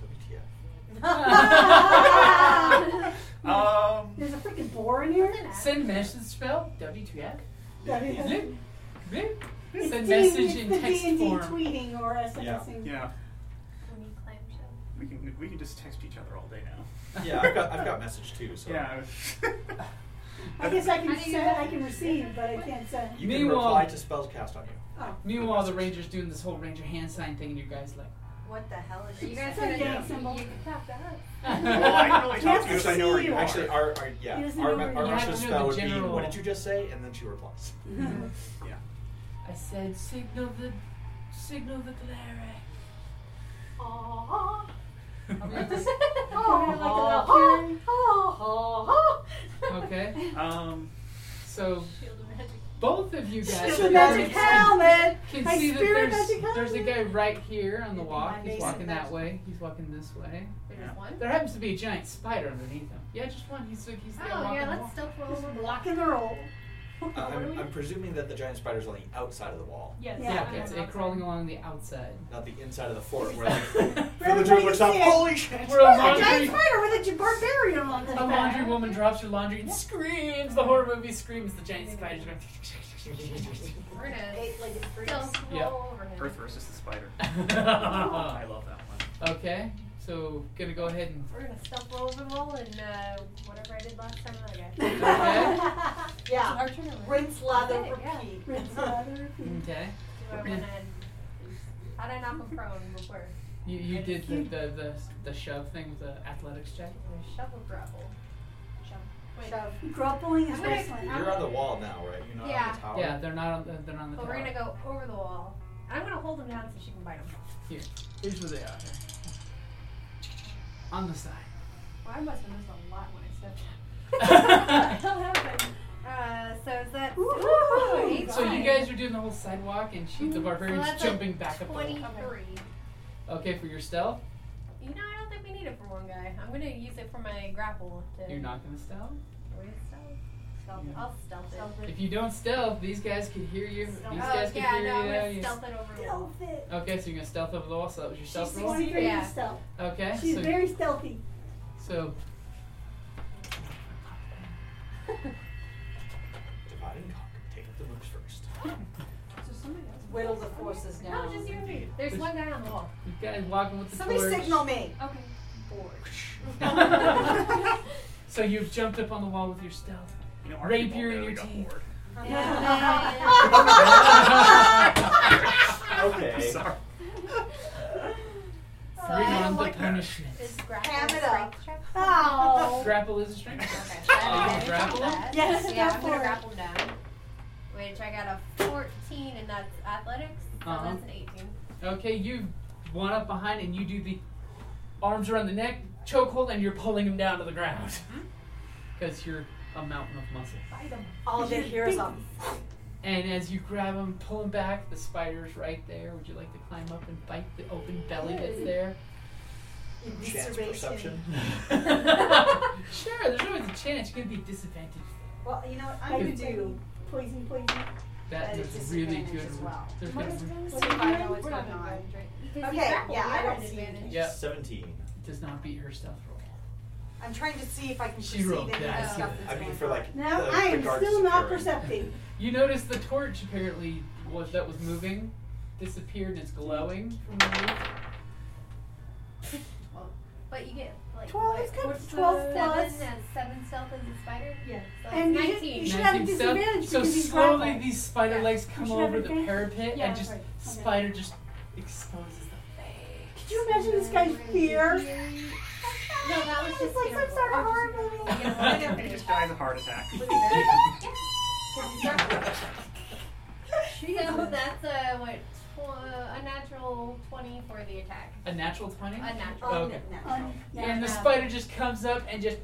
S6: WTF.
S5: *laughs* Um,
S3: There's a freaking boar in here.
S2: Send message spell, WTF.
S3: It's
S2: Blip, blip. Send
S3: D-
S2: message
S3: it's
S2: in
S3: the
S2: text
S3: D&D
S2: form.
S3: tweeting or a
S6: Yeah.
S3: sensing.
S5: yeah,
S4: When you climb show.
S5: we can we can just text each other all day now.
S6: Yeah, I've got, I've got message too, so
S5: Yeah. I was-
S3: I guess I
S4: How
S3: can
S4: do you
S3: send,
S4: do
S3: I can receive, but I can't send.
S6: you can
S2: Meanwhile-
S6: reply to spells cast on you.
S3: Oh,
S2: Meanwhile, the ranger's doing this whole ranger hand sign thing, and your guy's like,
S3: what the hell is
S4: You guys
S3: It's a
S4: gonna
S3: gang
S5: Yeah.
S3: symbol.
S4: You can talk to us.
S5: *laughs* well, I can only talk to you
S3: Yes,
S5: if I know where
S3: see
S5: you
S3: you.
S5: are.
S6: Actually, our, our yeah,
S3: He doesn't
S6: our,
S3: know
S6: me-
S3: where
S6: our
S3: you are.
S6: message
S2: You have to know
S6: spell
S2: the
S6: would be,
S2: general-
S6: what did you just say? And then
S3: *laughs*
S6: she replies.
S5: yeah.
S2: I said, signal the, signal the cleric. Okay,
S5: Um,
S2: so
S4: Shield of magic.
S2: both of you guys
S3: It's
S2: are
S3: a magic
S2: going-
S3: helmet.
S2: can
S3: My
S2: see that
S3: spirit
S2: there's,
S3: magic
S2: there's a guy right here on the
S3: Yeah,
S2: walk.
S3: my
S2: He's
S3: basic
S2: walking that
S3: magic.
S2: way. He's walking this way.
S4: There's just one?
S2: There happens to be a giant spider underneath him. Yeah, just one. He's like, he's there
S4: Oh,
S2: walking
S4: yeah,
S2: the
S4: let's
S2: walk.
S4: still roll over.
S3: Blocking the roll.
S6: Uh, I'm, I'm presuming that the giant spider's on the outside of the wall,
S4: Yes.
S2: Yeah,
S3: Yeah.
S2: okay, it's it crawling along the outside.
S6: not the inside of
S3: *laughs*
S6: the fort. Where
S2: *laughs*
S6: like,
S3: Where
S6: the
S3: everybody
S6: druid looks
S3: can
S6: up,
S3: see it.
S6: holy shit!
S2: We're a
S3: There's a giant
S2: laundry.
S3: spider with a j- barbarian on the
S2: A laundry
S3: back.
S2: woman drops her laundry and screams. The horror movie screams. The giant spider's going.
S4: We're gonna
S3: Eight-legged freaks.
S4: still
S2: Yeah.
S4: roll over him.
S5: Earth versus
S2: *laughs*
S5: the spider. I love that one.
S2: *laughs* okay, so gonna go ahead and.
S4: We're gonna stealth roll over the roll and uh, whatever I did last time with
S3: *laughs*
S4: that guy.
S2: Okay.
S3: Yeah.
S4: Our turn over.
S3: Rinse, lather,
S4: Okay, yeah.
S3: repeat.
S2: *laughs* *laughs* Okay.
S4: Do I wanna, how'd I knock him prone before?
S2: You, you did the, the, the, the shove thing with the athletics check.
S4: I'm gonna shove a grapple. Shove. Wait.
S3: Shove. Grumpling is
S4: I'm gonna-
S3: wrestling.
S6: You're on the wall now, right? You're not on
S4: Yeah.
S6: the tower.
S2: Yeah, they're not on the, they're not on the
S4: But
S2: tower.
S4: we're gonna go over the wall. And I'm gonna hold him down so she can bite him.
S2: Here's where they are. On the side.
S4: Well, I must have missed a lot when I stepped
S2: *laughs* down.
S4: Still happened. Uh, so is that
S3: Woo-hoo!
S4: Eight
S2: So you
S4: fine.
S2: guys are doing the whole sidewalk, and she, the
S4: Mm-hmm. So
S2: barbarian's
S4: that's a
S2: jumping back up. the wall.
S4: Twenty-three.
S2: Okay, for your stealth,
S4: You know, I don't think we need it for one guy. I'm gonna use it for my grapple to.
S2: you're not gonna stealth.
S4: Are we gonna stealth? Stealth.
S2: Yeah.
S4: I'll stealth it.
S2: If you don't stealth, these guys could hear you. These
S3: Stealth.
S2: guys
S4: oh
S2: could
S4: yeah,
S2: hear
S4: no, I'm
S2: you.
S4: gonna
S2: you-
S4: stealth it over
S3: *laughs*
S4: the wall.
S3: Stealth
S2: Okay, so you're gonna stealth over the wall. So that was your
S3: She's
S2: stealth roll.
S3: 63
S4: Yeah.
S3: in stealth.
S2: Okay,
S3: She's
S2: so
S3: very stealthy.
S2: so
S6: Divide and conquer. Take up the
S3: *laughs*
S6: moves first.
S3: Whittle the forces
S4: No, just you and me. There's
S2: There's-
S4: one guy on the wall.
S2: you guys walking with the
S3: Somebody
S2: torch.
S3: signal me.
S4: Okay.
S2: *laughs* so you've jumped up on the wall with your stealth.
S5: You know, our
S2: Rapier
S5: people
S2: in
S5: barely
S2: your
S5: got
S2: teeth.
S5: bored.
S2: *laughs*
S6: Okay.
S5: Sorry.
S4: So
S3: Uh,
S2: Bring
S4: I
S2: on the
S4: like
S2: punishment.
S4: Is grapple
S3: Ham
S4: a
S3: it
S4: strength
S3: up.
S4: check?
S3: Oh.
S2: *laughs* Grapple is a strength.
S3: *laughs*
S2: check.
S4: Okay, so I
S2: Uh,
S4: have advantage on
S2: grapple him?
S4: that.
S3: Yes,
S4: Yeah,
S3: go
S4: I'm gonna
S3: for it.
S4: grapple down. Which I got a 14, and that's athletics, so
S2: Uh-huh.
S4: that's an 18.
S2: Okay, you one up behind, and you do the arms around the neck chokehold, and you're pulling him down to the ground because you're a mountain of muscle.
S3: All they hear is a
S2: And as you grab him, pull him back, the spider's right there. Would you like to climb up and bite the open belly that's there?
S6: Chance perception.
S2: sure, there's always a chance you're gonna be disadvantaged.
S3: Well, you know what I could do? Poison, poison.
S2: That
S3: At a
S2: is really
S3: disadvantage
S2: good.
S3: as well.
S2: There's no-
S3: Let's see if I know what's going on.
S4: Because
S3: Okay,
S4: you grapple,
S3: yeah,
S4: you
S3: I
S4: are
S3: don't
S4: an
S3: see
S4: advantage.
S2: Yeah.
S6: Seventeen.
S2: does not beat her stealth roll.
S1: I'm trying to see if I can
S2: She
S1: perceive
S2: rolled
S1: any of
S2: that.
S4: Oh.
S1: the stuff
S6: I
S1: that's
S6: mean,
S1: going
S6: for like
S3: Now
S6: the,
S3: I
S6: the
S3: am
S6: guards
S3: still not
S6: securing.
S3: perceptive.
S2: You notice the torch apparently was that was moving disappeared and it's glowing from the roof.
S4: But you get like
S3: Twelve
S4: what,
S3: is good.
S4: what's the
S3: Twelve plus.
S4: seven, and seven stealth as a spider.
S8: Yeah.
S4: So
S3: And you
S4: it's
S3: should-
S4: nineteen.
S3: you should have a
S2: 19 stealth.
S3: disadvantage
S2: So
S3: because he's
S2: slowly
S3: grappled.
S2: these spider
S4: Yeah.
S2: legs
S3: You
S2: come
S3: should have
S2: over the
S3: advantage.
S2: parapet
S8: Yeah,
S2: and just
S8: right. Okay.
S2: spider just exposes them.
S3: Could you imagine this guy's fear?
S4: No, that was
S3: It's
S4: just
S3: like
S4: you
S3: some
S4: know, *laughs*
S3: sort of
S4: just-
S3: horror
S1: *laughs*
S3: movie.
S4: you know, I know.
S5: He just dies a heart
S4: *laughs*
S5: attack. *laughs*
S4: So that's uh, what tw- a natural twenty for the attack.
S2: A natural twenty.
S4: A
S2: *laughs*
S4: natural.
S2: Okay.
S1: Um,
S3: Yeah.
S2: And the spider just comes up and just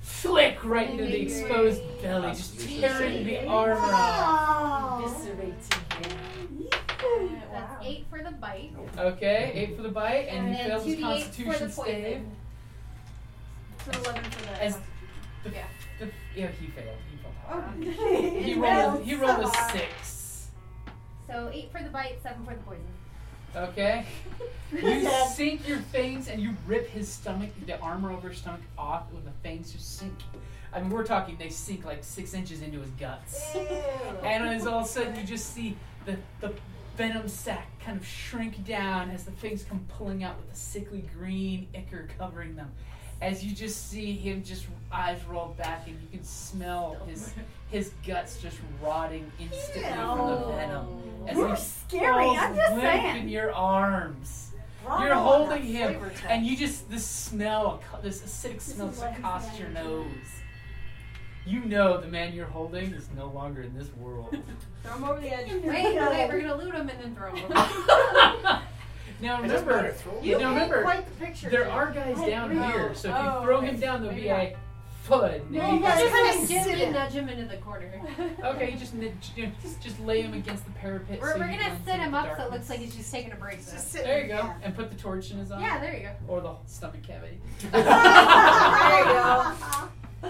S2: flick right into the exposed belly, just tearing the armor off.
S3: Oh.
S4: Uh,
S3: Ew.
S4: That's eight for the bite,
S2: Okay, eight for the bite, and,
S4: and
S2: he
S4: then
S2: fails
S4: two
S2: his
S4: d eight for the
S2: constitution save.
S4: poison. So eleven for the.
S2: As-
S4: yeah.
S2: The, yeah, he failed. He failed.
S4: Oh,
S3: Okay.
S2: He
S3: Well,
S2: rolled. A, he rolled a
S3: so-
S2: six.
S4: So eight for the bite, seven for the *laughs* poison. *laughs*
S2: Okay. You
S3: Okay.
S2: sink your fangs and you rip his stomach, the armor over his stomach off when the fangs just sink. I mean, we're talking they sink like six inches into his guts. And as all of a sudden you just see the, the venom sac kind of shrink down as the fangs come pulling out with the sickly green ichor covering them. As you just see him just eyes roll back and you can smell his his guts just rotting instantly from the venom. As
S3: You're
S2: he
S3: scary.
S2: falls
S3: I'm just
S2: limp in
S3: saying.
S2: your arms. You're holding him, and you just this smell, this acidic smell, just accosts your nose. You know the man you're holding is no longer in this world.
S8: Throw him over the edge.
S4: Wait, wait, we're gonna loot him and then throw him.
S2: now
S9: It doesn't matter.
S2: remember,
S9: Throw
S2: You
S9: it.
S2: know, remember,
S8: quite the picture.
S2: there are guys down
S8: Oh,
S2: here, so if you
S8: oh,
S2: throw
S8: okay.
S2: him down, they'll be
S8: Maybe not.
S2: like,
S4: *laughs*
S2: "Fun."
S3: No,
S2: And you
S3: that's
S2: just-
S3: kinda
S4: Just gently
S3: sit.
S4: nudge him into the
S2: *laughs*
S4: corner.
S2: okay, you just, nudge- you know, just just lay him against the parapet.
S4: We're,
S2: so
S4: we're
S2: he
S4: gonna
S2: blends
S4: set
S2: into
S4: him
S2: the
S4: up so it looks
S2: darkness.
S4: like he's just taking a break. though.
S3: Oh.
S2: There you go,
S3: *laughs*
S2: and put the torch in his eye
S4: Yeah, there you go.
S2: or the stomach
S4: *laughs*
S2: cavity. *laughs*
S1: There you go.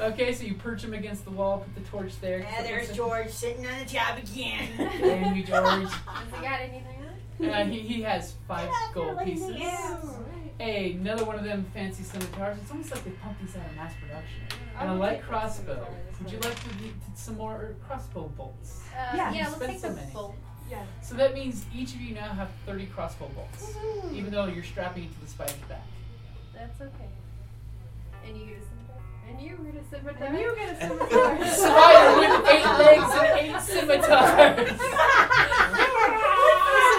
S2: Okay, so you perch him against the wall, put the torch there.
S3: Yeah, there's George sitting on the job again.
S2: Thank you,
S4: *laughs*
S2: George.
S4: Has he got anything else?
S2: Uh, he, he has five gold pieces.
S3: Yeah.
S2: Hey, another one of them fancy scimitars. It's almost like they pump these out of mass production.
S4: I
S2: And a
S4: would
S2: light
S4: take those
S2: crossbow.
S4: scimitars.
S2: Would you like to get some more crossbow bolts?
S4: Uh,
S3: Yeah,
S4: yeah,
S2: you
S4: let's
S2: spent
S4: take
S2: so
S4: the
S2: many.
S4: bolt.
S2: So that means each of you now have 30 crossbow bolts, even though you're strapping it to the spider's back.
S4: That's okay. And you get a scimitar. And you get a scimitar.
S8: And you
S4: *laughs*
S8: get a
S9: And-
S3: *laughs*
S8: silver star.
S2: Spider with eight legs and eight
S4: *laughs*
S2: scimitars!
S4: uh,
S5: I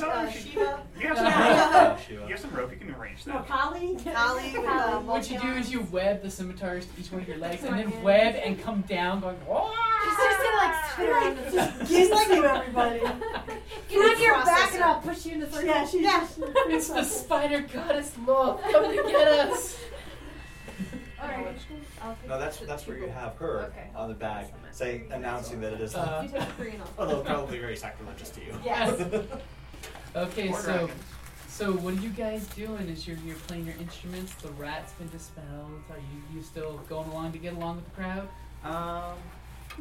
S5: don't know if you, you
S2: *laughs*
S5: have some rope.
S2: Uh-huh.
S9: Shiva.
S5: You have some rope. You can arrange
S3: No,
S5: that.
S3: Oh, Polly.
S1: Ollie with the
S2: What you do is you web the scimitars to each one of your legs, and then web and come down going, "Wah!"
S3: Gives to
S4: *laughs*
S3: everybody.
S4: Get on your back
S1: processor.
S4: and I'll push you in the circle.
S3: Yeah, she's. Yeah.
S2: It's the spider goddess law. Come to get
S4: *laughs*
S2: us.
S4: Alright. I'll take
S6: *laughs* No, that's that's where you have her
S4: Okay.
S6: on the bag, say announcing that it is.
S2: Uh,
S6: Uh,
S4: You take the green off.
S6: *laughs* although probably very sacrilegious to you.
S2: Yes. okay,
S5: Or
S2: so
S5: dragons.
S2: so what are you guys doing? Is you're you're playing your instruments? The rat's been dispelled. Are you you still going along to get along with the crowd?
S6: um,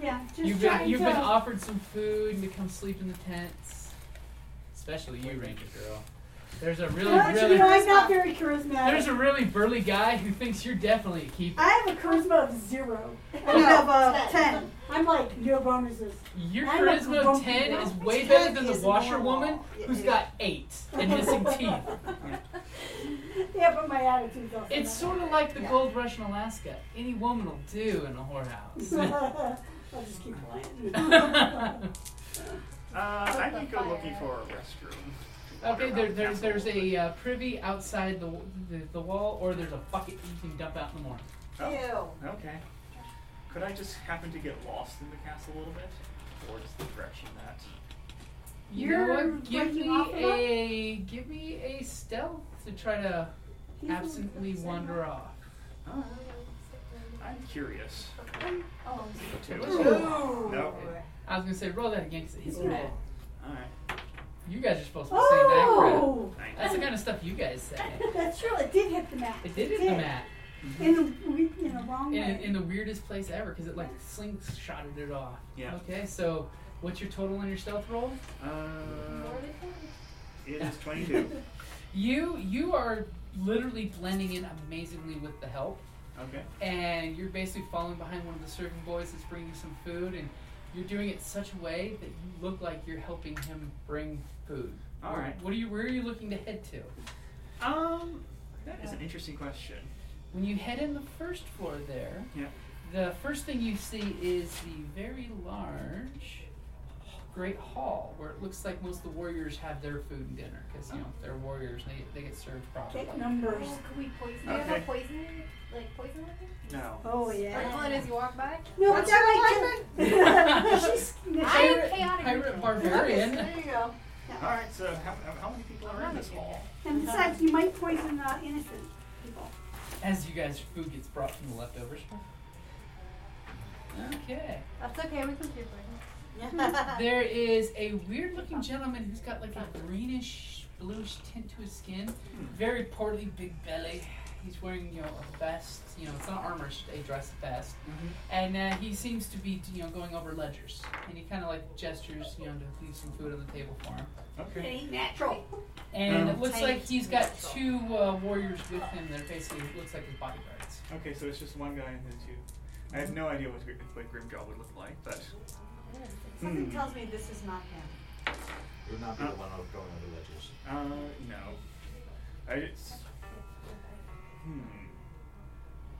S3: Yeah, just
S2: you've
S3: trying
S2: been you've
S3: to.
S2: *laughs* been offered some food and to come sleep in the tents. Especially you, Ranger girl. There's a really
S3: Don't you
S2: really
S3: know I'm not very charismatic.
S2: there's a really burly guy who thinks you're definitely a keeper.
S3: I have a charisma of
S4: *laughs*
S3: zero. I
S1: No,
S4: Oh,
S3: have a
S1: ten.
S3: 10. I'm like, no bonuses.
S2: Your
S3: I'm a
S2: charisma of
S3: grumpy
S2: ten
S3: girl.
S2: is way
S1: Ten
S2: better than the
S1: is
S2: washerwoman
S1: normal.
S2: who's got eight and missing teeth.
S3: Yeah, but my attitude's also.
S2: It's
S3: not
S2: sort of like the gold rush in Alaska. Any woman will do in a whorehouse.
S3: *laughs*
S2: *laughs*
S3: I'll just keep playing.
S5: Uh, I would go looking for a restroom.
S2: okay, there, there's there's a uh, privy outside the, w- the the wall, or there's a bucket you can dump out in the morning.
S5: Oh,
S1: Ew.
S5: okay. Could I just happen to get lost in the castle a little bit, or just the direction that?
S2: You know
S3: You're
S2: what? Give
S3: breaking
S2: me
S3: off of
S2: a give me a stealth to try to absently wander off.
S4: Uh,
S5: Oh, I'm curious.
S4: Oh,
S5: Two.
S3: Ooh.
S5: No.
S2: I was gonna say roll that again because it hits
S3: Ooh.
S2: your head.
S5: All right.
S2: You guys are supposed to say that.
S3: Oh!
S5: Nine.
S2: That's the kind of stuff you guys say.
S3: That's true. It did hit the map.
S2: It did hit the map.
S3: In the, we- in the wrong
S2: in,
S3: way.
S2: in the weirdest place ever because it like slingshotted it off.
S5: Yeah.
S2: Okay, so what's your total on your stealth roll?
S5: *laughs* Uh, it is 22.
S2: You you are literally blending in amazingly with the help.
S5: Okay.
S2: and you're basically following behind one of the serving boys that's bringing some food, and you're doing it such a way that you look like you're helping him bring food.
S5: All
S2: Where-
S5: right.
S2: What are you? Where are you looking to head to?
S5: Um, that is an interesting question.
S2: When you head in the first floor there,
S5: Yeah.
S2: the first thing you see is the very large great hall where it looks like most of the warriors have their food and dinner because you know they're warriors and they, they get served properly.
S3: Take numbers.
S4: Oh, could we poison? Do you have
S5: Okay.
S4: a poison? Like poison weapon?
S5: No.
S3: Oh
S4: Or
S3: yeah.
S4: pull it as you walk by?
S3: No, but that *laughs* might kill. She's.
S4: I am
S2: pirate-
S4: chaotic.
S2: pirate
S4: neutral. *laughs*
S2: barbarian.
S3: There you go.
S5: All right. So how, how many people are in this hall?
S3: And besides, you might poison uh, innocent people.
S2: As you guys' food gets brought from the leftovers. Okay.
S4: That's okay. We can
S1: *laughs*
S4: do it. Hmm.
S2: There is a weird looking gentleman who's got like a greenish, bluish tint to his skin. Very portly, big belly. He's wearing, you know, a vest. You know, it's not armor, it's a dress vest. And uh, he seems to be, you know, going over ledgers. And he kind of like gestures, you know, to leave some food on the table for him.
S3: It
S5: Okay.
S3: ain't natural.
S2: And
S5: Yeah.
S2: it looks
S1: Tight
S2: like he's got
S1: muscle.
S2: two uh, warriors with him that are basically looks like his bodyguards.
S5: Okay. So it's just one guy and then two. I have no idea what, Gr- what Grimjaw would look like, but
S1: Something tells me this is not him.
S6: It would not be the one of going over ledges.
S5: uh, no. I just. Hmm.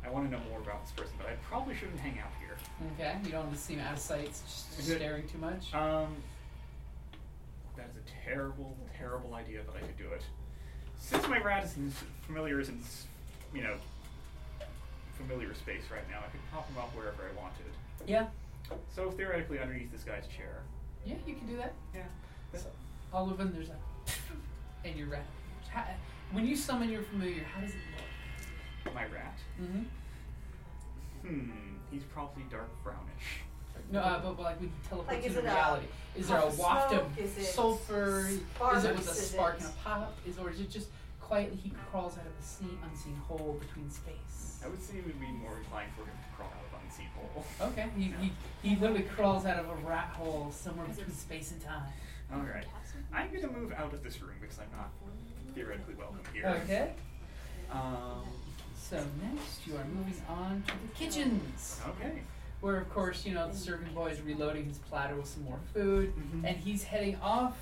S5: I want to know more about this person, but I probably shouldn't hang out here.
S2: Okay? You don't want to seem out of sight, s- s-
S5: Is it-
S2: staring too much.
S5: Um, that is a terrible, terrible idea, but I could do it. Since my rat is in familiar is in, s- you know, familiar space right now, I could pop him up wherever I wanted.
S2: Yeah.
S5: So theoretically, underneath this guy's chair.
S2: Yeah, you can do that.
S5: Yeah.
S2: So, all of them, there's a. *laughs* And your rat. How, when you summon your familiar, how does it look?
S5: My rat.
S2: Mm-hmm.
S5: Hmm. He's probably dark brownish.
S2: No, uh, but, but like when you teleport
S1: Like,
S2: to
S1: is
S2: the
S1: it a
S2: reality, is there a
S1: puff of
S2: waft
S1: smoke?
S2: of
S1: Is it
S2: sulfur? Is it
S1: sparks?
S2: with a
S1: Is
S2: spark
S1: it-
S2: and a pop? Is or is it just quietly he crawls out of the seen, unseen hole between space?
S5: I would say it would be more inclined for him to crawl out of unseen hole.
S2: Okay, he, he, he literally crawls out of a rat hole somewhere between space and time.
S5: All right. I'm gonna move out of this room because I'm not theoretically welcome here.
S2: Okay,
S5: Um.
S2: so next you are moving on to the kitchens.
S5: Okay.
S2: where of course you know the serving boy is reloading his platter with some more food
S5: Mhm.
S2: and he's heading off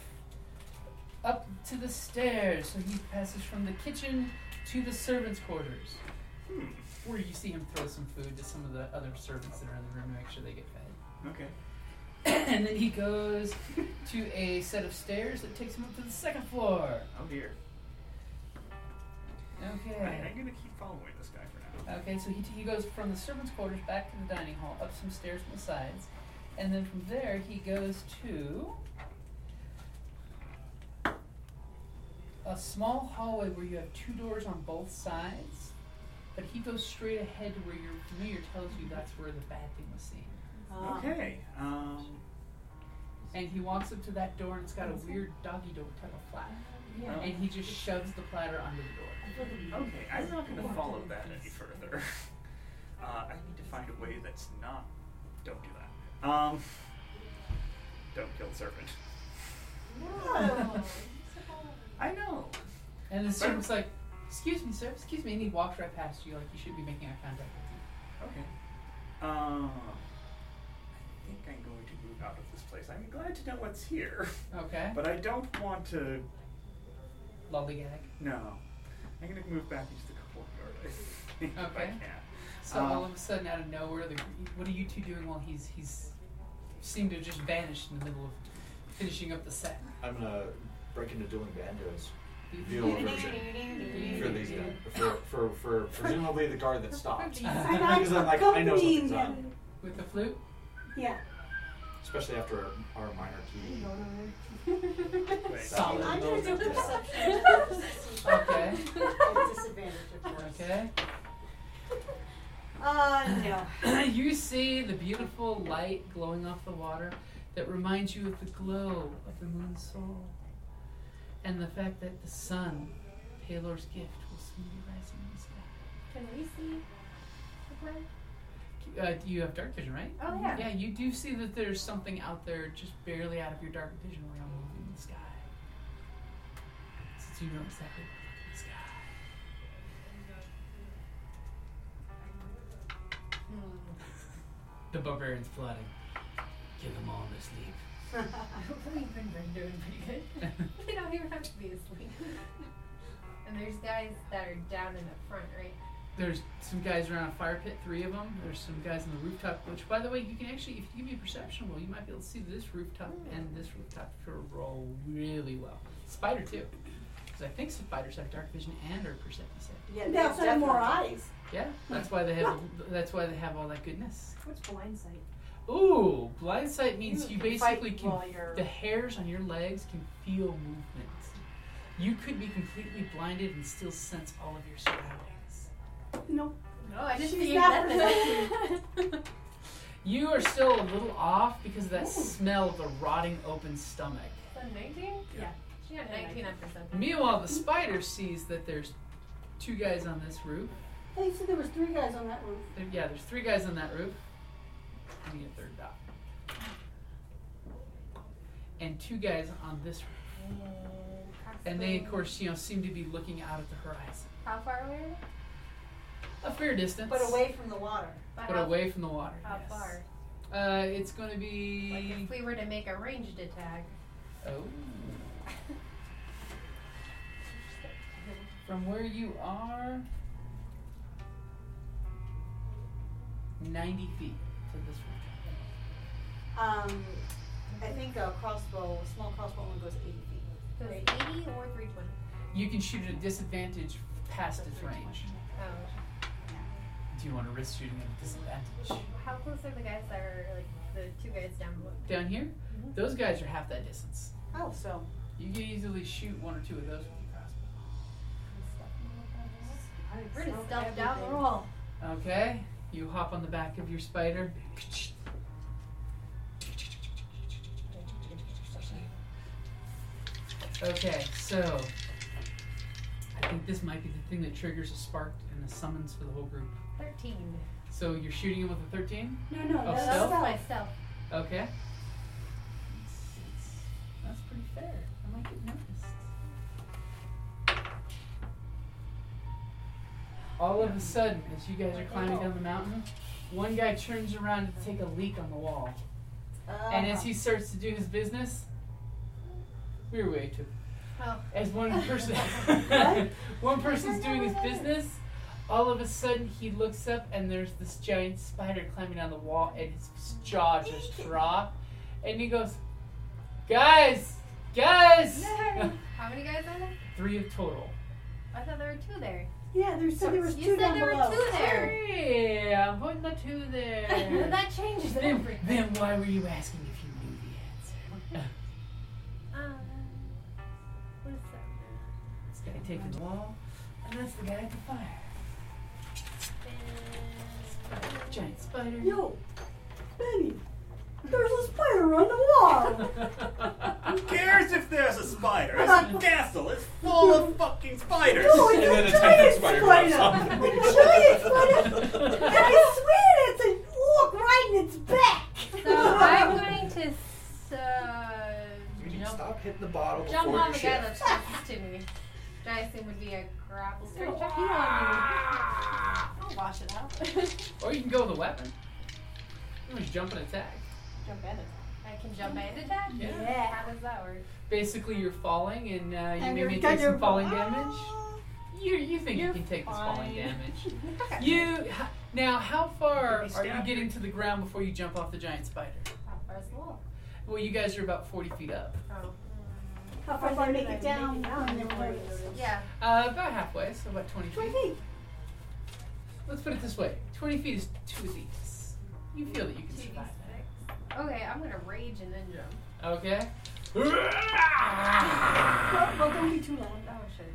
S2: up to the stairs so he passes from the kitchen to the servants quarters
S5: Hmm.
S2: where you see him throw some food to some of the other servants that are in the room to make sure they get fed *clears throat*
S5: Okay.
S2: and then he goes to a set of stairs that takes him up to the second floor
S5: Oh dear. I,
S2: okay
S5: I'm gonna keep following this guy for now.
S2: Okay, so he, he goes from the servants' quarters back to the dining hall, up some stairs from the sides, and then from there he goes to a small hallway where you have two doors on both sides, but he goes straight ahead to where your familiar tells you that's where the bad thing was seen. Oh.
S5: Okay. Um.
S2: And he walks up to that door and it's got a weird doggy door type of flap,
S5: um,
S2: and he just shoves the platter under the door.
S5: okay, I'm not gonna follow that any further. *laughs* Uh, I need to find a way that's not. Don't do that. Um. Don't kill the serpent.
S3: *laughs*
S5: I know.
S2: And the servant's like, "Excuse me, sir. Excuse me," and he walks right past you like you should be making eye contact with him.
S5: Okay. Um. I think I'm going to move out of this place. I'm glad to know what's here,
S2: Okay.
S5: but I don't want to.
S2: Lollygag.
S5: No. I'm gonna move back into the courtyard. I think if I
S2: Okay.
S5: can.
S2: So
S5: Um,
S2: all of a sudden, out of nowhere, the, what are you two doing while he's he's seemed to have just vanished in the middle of finishing up the set?
S6: I'm gonna break into dueling banjos.
S2: You-
S6: Viola version. For these guys. For, for, for presumably the guard that stopped.
S3: I'm
S6: Because I'm like, I know
S3: accompanying
S6: something's
S3: them.
S6: up.
S2: With the flute.
S3: Yeah.
S6: Especially after our, our minor key.
S2: *laughs*
S5: wait.
S2: Solid.
S1: I'm gonna do perception.
S2: Okay.
S1: At
S4: *laughs*
S1: disadvantage, of course.
S2: Okay. *clears throat*
S1: Uh, no.
S2: you see the beautiful light glowing off the water that reminds you of the glow of the moon's soul, and the fact that the sun, Palor's gift, will soon be rising in the sky.
S4: Can we see? the plan?
S2: Uh, you have dark vision, right?
S4: Oh yeah.
S2: Yeah, you do see that there's something out there just barely out of your dark vision realm moving in the sky. It's, so you know exactly where to look in the sky. The barbarian's plotting. Give them all this leave.
S4: We've been doing pretty good. they don't even have to be asleep. *laughs* and there's guys that are down in the front, right?
S2: There's some guys around a fire pit, three of them. There's some guys on the rooftop, which, by the way, you can actually, if you give me a perception roll, you might be able to see this rooftop and this rooftop to roll really well. Spider, too. Because I think spiders have dark vision and are perceptive. set.
S3: Yeah, that's have more eyes.
S2: Yeah, that's why they have. That's why they have all that goodness.
S8: What's blind sight?
S2: Ooh, blind sight means
S3: You
S2: you
S3: can
S2: basically
S3: fight
S2: can.
S3: while you're-
S2: The hairs on your legs can feel movement. You could be completely blinded and still sense all of your surroundings.
S3: No.
S4: No, I
S3: She's
S4: just figured
S3: not
S4: *laughs* that
S2: You are still a little off because of that smell of the rotting open stomach.
S4: On 19?
S3: Yeah.
S4: She got 19 on perception.
S2: Meanwhile, the spider sees that there's two guys on this roof.
S3: Hey, you said there was three guys on that roof.
S2: There, yeah, there's three guys on that roof. I need a third dot. And two guys on this roof. And they, of course, you know, seem to be looking out at the horizon.
S4: How far away are they?
S2: A fair distance.
S3: But away from the water.
S4: By
S2: But
S4: how,
S2: away from the water.
S4: How
S2: yes.
S4: far?
S2: Uh, it's going to
S4: Like
S2: be.
S4: if we were to make a ranged attack.
S2: Oh. From where you are, 90 feet to this one.
S3: Um, I think a crossbow, a small crossbow only goes 80 feet.
S4: So it's 80 or 320.
S2: You can shoot at a disadvantage past its range.
S4: Oh.
S2: Do you want to risk shooting at a disadvantage?
S4: How close are the guys that are, like, the two guys down below?
S2: Down here, those guys are half that distance.
S3: Oh, so
S2: You can easily shoot one or two of those with your crossbow.
S4: We're just stealth down the roll.
S2: Okay, you hop on the back of your spider. Okay, so I think this might be the thing that triggers a spark and a summons for the whole group.
S4: 13.
S2: So you're shooting him with a 13?
S3: No, no,
S2: Oh,
S3: that's
S2: stealth?
S4: That's
S3: stealth.
S4: my stealth.
S2: Okay. That's pretty fair. I might get noticed. All of a sudden, as you guys are climbing down the mountain, one guy turns around to take a leak on the wall.
S3: Uh,
S2: And as he starts to do his business, we were way too.
S4: Oh.
S2: As one
S3: *laughs*
S2: person, *laughs* one person's doing his business, all of a sudden he looks up and there's this giant spider climbing down the wall, and his jaw
S3: *laughs*
S2: just drop, and he goes, "Guys, guys!"
S4: No. *laughs* How many guys are there?
S2: *laughs* Three of total.
S4: I thought there were two there.
S3: yeah, there said there was
S4: You
S3: two
S4: said
S3: down
S4: there
S3: below.
S4: were two there.
S2: Hey, I'm putting the two
S3: *laughs*
S4: *laughs*
S2: there.
S4: that changes
S2: then,
S4: everything.
S2: then why were you asking if you knew the answer?
S4: Um, what is that?
S2: This guy taking the wall, and that's the guy at the fire. Giant spider.
S3: Yo, Benny, there's a spider on the wall.
S2: *laughs*
S5: Who cares if there's a spider? This castle is full of fucking spiders.
S3: No, it's
S6: then
S3: a
S6: a
S3: giant
S6: tiny
S3: spider.
S6: spider
S3: A giant
S6: *laughs*
S3: spider. And I swear it's an orc riding its back. *laughs*
S4: So I'm going to s- uh,
S9: You need to
S4: jump,
S9: stop hitting the bottle before
S4: jump on
S9: you
S4: the
S9: shit.
S4: guy that's closest to me. Which I assume would be a grapple straight check. You know what
S3: Ah.
S4: I mean. *laughs* I'll wash it out.
S2: Or you can go with a weapon. You can just jump and attack.
S3: Jump at it.
S4: I can jump and attack.
S2: Yeah.
S4: How does that work?
S2: Basically, you're falling, and uh, you
S3: And
S2: maybe
S3: you're
S2: take some
S3: you're-
S2: falling damage. You you think you
S3: You're
S2: can take this falling
S3: fine. *laughs*
S2: damage? You h- now, how
S5: Could
S2: far
S5: be
S2: are you
S5: stabbed.
S2: getting to the ground before you jump off the giant spider?
S4: How far is the wall?
S2: Well, you guys are about forty feet up.
S4: Oh.
S3: How far did I make it down? And then where it is.
S4: Yeah.
S2: Uh, about halfway, so about twenty feet.
S3: Twenty feet.
S2: Let's put it this way: twenty feet is two of these. You feel that you can survive that.
S4: Okay, I'm gonna rage and then jump.
S2: Okay.
S3: Well, well, don't be too loud.
S4: Oh shit.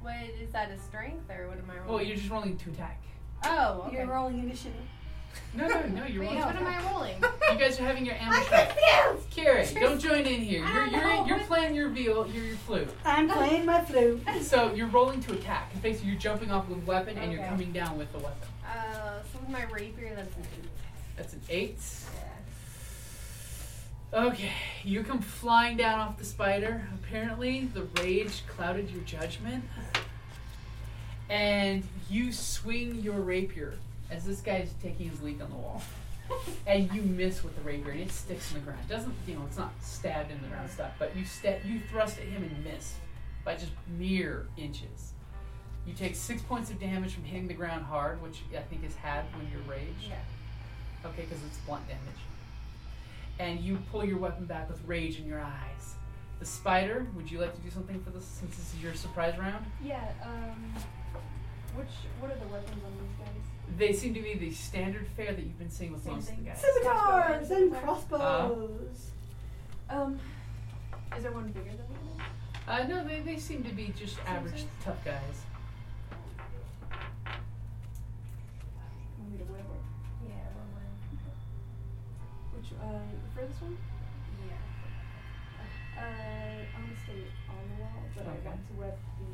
S4: What is that a strength or what am I rolling?
S2: Well, you're just rolling to attack.
S4: oh, okay.
S3: You're rolling initiative.
S2: No, no, no, you're
S4: Wait,
S2: rolling. to
S4: what
S2: attack.
S4: am I rolling? *laughs*
S2: You guys are
S3: *laughs*
S2: having your ambush.
S3: I'm confused.
S2: Carrie, don't join in here. You're
S4: I
S2: you're,
S3: *laughs*
S4: know,
S2: you're
S4: but-
S2: playing your veal, your your flute.
S3: I'm playing my flute.
S2: So you're rolling to attack. And Basically, you're jumping off with a weapon and you're
S4: Okay.
S2: coming down with the weapon.
S4: Uh, so with my rapier, that's an eight.
S2: That's an eight. Okay, you come flying down off the spider. Apparently, the rage clouded your judgment. And you swing your rapier as this guy's taking his leak on the wall. And you miss with the rapier, and it sticks in the ground. It doesn't, you know, it's not stabbed in the ground stuff, but you, sta- you thrust at him and miss by just mere inches. You take six points of damage from hitting the ground hard, which I think is halved when you're raged.
S4: Yeah.
S2: Okay, because it's blunt damage. And you pull your weapon back with rage in your eyes. The spider, would you like to do something for this since this is your surprise round?
S8: Yeah, um, which, what are the weapons on these guys?
S2: They seem to be the standard fare that you've been seeing with
S8: Same
S2: most of the
S8: thing.
S2: guys. Uh,
S3: Scimitars and crossbows.
S8: Um, is there one bigger than the other?
S2: Uh, no, they, they seem to be just average
S8: size?
S2: tough guys.
S8: Want me to whatever?
S4: Yeah, one one.
S8: Which, uh, the furthest one?
S4: Yeah.
S8: Uh, I'm gonna stay on the wall, but I
S2: Okay.
S8: want to web the.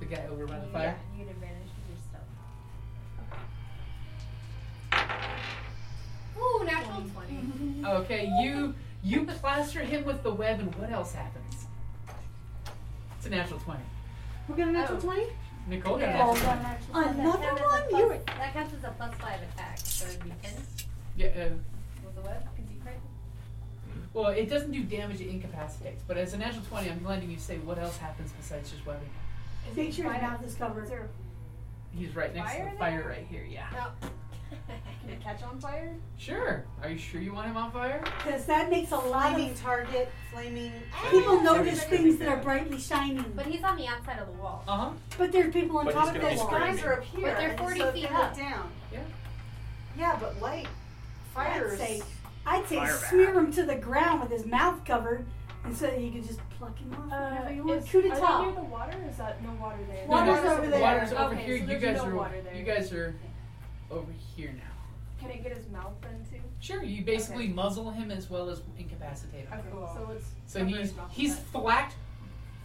S2: The guy over by the
S4: You-
S2: fire.
S4: Yeah, you get advantage because you're stealth. Ooh, natural 20.
S2: Okay, you you plaster him with the web, and what else happens? It's a natural twenty.
S3: We're gonna natural
S4: Oh.
S3: twenty.
S2: Nicole got a
S4: Yeah.
S2: natural
S4: Oh,
S2: twenty.
S3: Another
S4: that counts as a
S3: one?
S4: plus-
S3: You're-
S4: That counts as a plus 5 attack, so it'd be 10
S2: Yeah, uh,
S4: with the web because you crit.
S2: Well, it doesn't do damage; it incapacitates. But as a natural twenty, I'm letting you say what else happens besides just webbing.
S8: Is
S3: Make
S8: it
S3: sure you
S8: fire-
S3: have this covered.
S8: Is there,
S2: He's right next to
S4: Fire
S2: the fire
S4: there?
S2: right here. Yeah.
S4: *laughs* No.
S8: can it catch on fire?
S2: Sure. Are you sure you want him on fire?
S3: Because that makes a lot
S1: Flaming
S3: of
S1: target, flaming.
S3: people
S4: Ah,
S3: notice
S4: everybody-
S3: things that are brightly shining.
S4: But he's on the outside of the wall.
S2: Uh huh.
S3: But there are people on
S6: But
S3: top
S6: he's
S3: of
S6: gonna
S3: that
S6: be
S3: wall.
S6: screaming.
S1: Guys are up here.
S4: But they're
S1: and
S4: 40
S1: so if
S4: feet
S1: they look
S4: up.
S1: down.
S2: Yeah.
S1: Yeah, but light, fire
S3: I'd say,
S1: is-
S3: I'd say
S5: Fire
S3: smear him to the ground with his mouth covered, and so that you can just pluck him off
S4: Uh,
S3: whenever you want. Coup
S8: Uh, Are they near
S3: d'etat.
S8: the water? Is that no water there?
S3: Water's
S2: water's
S3: over there.
S2: Water's over
S8: Okay,
S2: here.
S8: so
S2: you
S8: there's
S2: guys
S8: no
S2: are.
S8: water there.
S2: You guys are over here now.
S8: Can it get his mouth then too?
S2: Sure. You basically muzzle him as well as incapacitate him.
S8: Okay, so it's.
S2: So
S8: cover
S2: he's
S8: his mouth with
S2: he's
S8: that.
S2: flacked,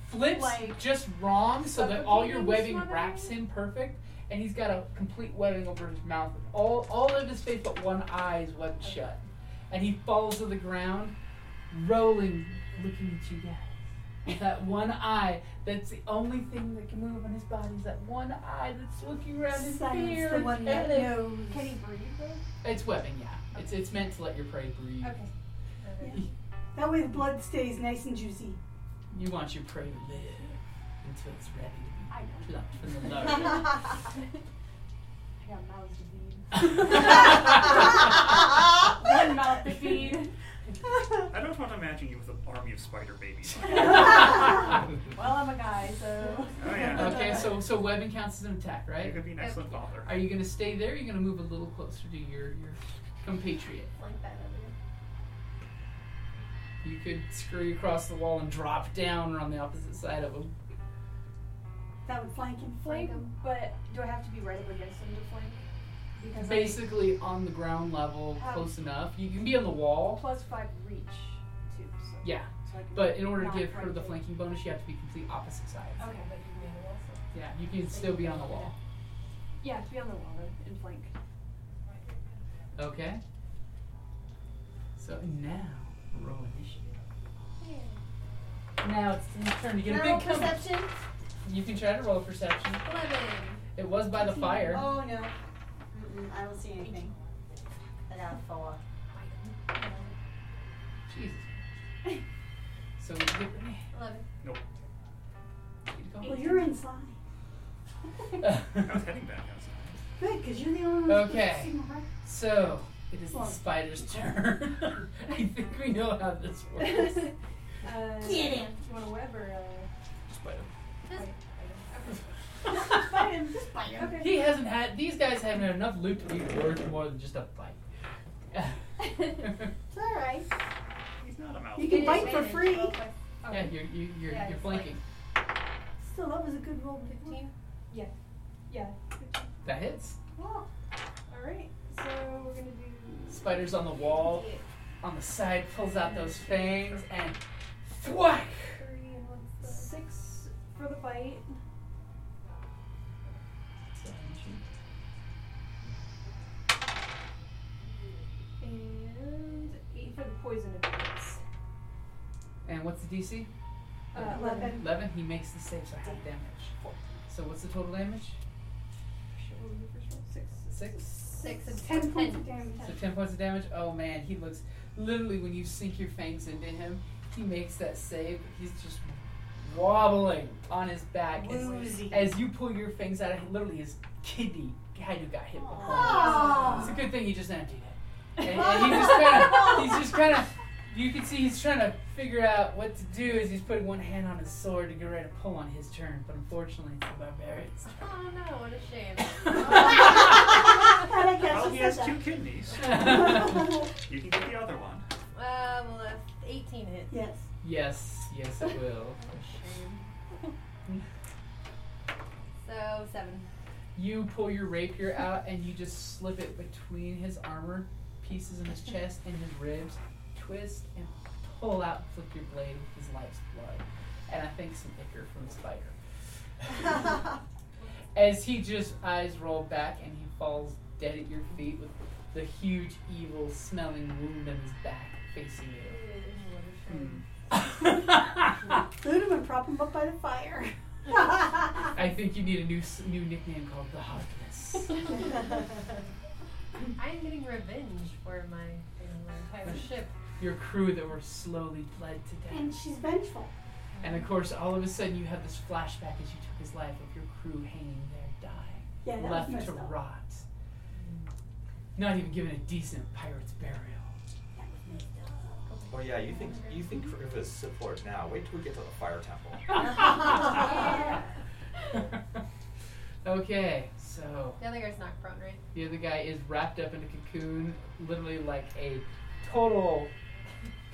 S2: flips
S8: Like,
S2: just wrong so that all your
S8: suffocating
S2: webbing
S8: sweater?
S2: wraps him perfect, and he's got a complete webbing over his mouth. All all of his face but one eye is webbed shut, and he falls to the ground, rolling, looking at you guys. With That one eye, that's the only thing that can move on his body is that one eye that's looking around in fear
S3: Silence the
S2: and
S3: one that
S2: panic.
S3: knows.
S8: Can he breathe though?
S2: It's webbing, yeah. It's it's meant to let your prey breathe.
S8: Okay.
S3: That way the blood stays nice and juicy.
S2: You want your prey to live until it's ready
S8: I know.
S2: to be plucked from the
S1: I
S2: nose.
S8: I got mouths to feed.
S2: I
S8: One mouth
S3: *laughs*
S8: to feed.
S5: I don't want to imagine you with an army of spider babies.
S8: Well, I'm a guy, so.
S5: Oh, yeah.
S2: okay, so so webbing counts as an attack,
S5: You
S2: right?
S5: could be an excellent father.
S2: Are you gonna stay there? Or are you gonna move a little closer to your your compatriot?
S4: Like that over there.
S2: You could scurry across the wall and drop down on the opposite side of him.
S3: That would flank him.
S8: Flank him, but do I have to be right up against him to flank? Because I
S2: Basically on the ground level,
S8: Um,
S2: close enough. You can be on the wall,
S8: plus five reach too. So
S2: Yeah,
S8: so I can
S2: but in order
S8: not
S2: to give her the
S8: flank
S2: flanking bonus, you have to be complete opposite sides.
S8: Okay,
S4: But you made it also.
S2: Yeah, you can still be on the wall.
S8: yeah, to be on the wall then and flank.
S2: Okay. So now roll initiative. Now it's his turn to get
S4: Can
S2: a
S4: I roll
S2: big cover.
S4: perception?
S2: You can try to roll perception.
S4: 11.
S2: It was by the fire.
S1: Oh no. Mm-mm, I don't see anything. I got a four.
S2: Jesus. So we get
S4: 11.
S3: Well, you're inside.
S1: *laughs*
S5: I was heading back outside.
S3: Good, because you're the only one who's
S2: Okay.
S4: Uh,
S3: seen her.
S2: *laughs* So it is the spider's turn. *laughs* I think we know how this works.
S8: Uh,
S1: Get him.
S8: Do you want to web or? Uh,
S6: Spider.
S1: *laughs*
S2: *laughs*
S8: fight him. Okay.
S2: he hasn't had these guys haven't had enough loot to be worth more than just a
S4: *laughs*
S2: bite.
S1: It's alright.
S5: He's not a mouse.
S3: You can
S4: It
S3: bite
S4: is
S3: for
S4: advantage,
S3: free.
S4: roll plus
S2: yeah, you're you, you're,
S4: Yeah,
S2: you're
S4: it's
S2: flanking.
S3: Still, that was a good roll.
S4: 15.
S8: Yeah.
S2: That hits.
S8: Well, all right. So we're gonna do.
S2: Spider's on the wall, on the side, pulls out those fangs and thwack.
S4: Three and one side.
S8: Six for the bite. And eight for the poison abuse.
S2: the DC?
S8: Uh, 11.
S2: 11, he makes the save, so half damage. So what's the total damage?
S8: Six.
S2: Six?
S4: Six and
S8: Ten points
S4: ten.
S8: of damage.
S2: So 10 points of damage? Oh man, he looks. Literally, when you sink your fangs into him, he makes that save. He's just wobbling on his back. as-
S1: Woozy.
S2: As, you pull your fangs out, literally his kidney had to got hit with one. It's a good thing he just emptied it. And, and he just kind of, he's just kind of, you can see he's trying to figure out what to do as he's putting one hand on his sword to get ready to pull on his turn, but unfortunately it's the barbarian's
S4: Oh no, what a shame. *laughs*
S3: I like
S5: Well,
S3: that.
S6: Oh,
S5: he
S3: she
S5: has
S3: said
S5: two kidneys.
S2: turn.
S5: You can get the other one.
S4: Uh, well, if 18 hit.
S3: that. Yes.
S2: *laughs* yes, yes it will.
S4: What a shame. so, *laughs* seven.
S2: You pull your rapier out and you just slip it between his armor pieces in his chest and his ribs, twist and pull out, flip your blade with his life's blood, and I think some ichor from his spider. As he just eyes roll back and he falls dead at your feet with the huge evil smelling wound in his back facing
S4: Ooh,
S2: you.
S4: What a shame.
S3: Food him and prop him up by the fire.
S2: I think you need a new s- new nickname called the Harkness.
S4: I am getting revenge for my, my entire ship.
S2: your crew that were slowly bled to death.
S3: and she's vengeful.
S2: And of course, all of a sudden, you have this flashback as you took his life of your crew hanging there, dying,
S3: Yeah, that was
S2: left
S3: messed
S2: to
S3: up.
S2: rot, not even given a decent pirate's burial. *laughs*
S6: Oh yeah, you think you think Kriva's support now? Wait till we get to the fire temple.
S2: okay, so
S4: The other guy's not prone, right?
S2: the other guy is wrapped up in a cocoon, literally like a total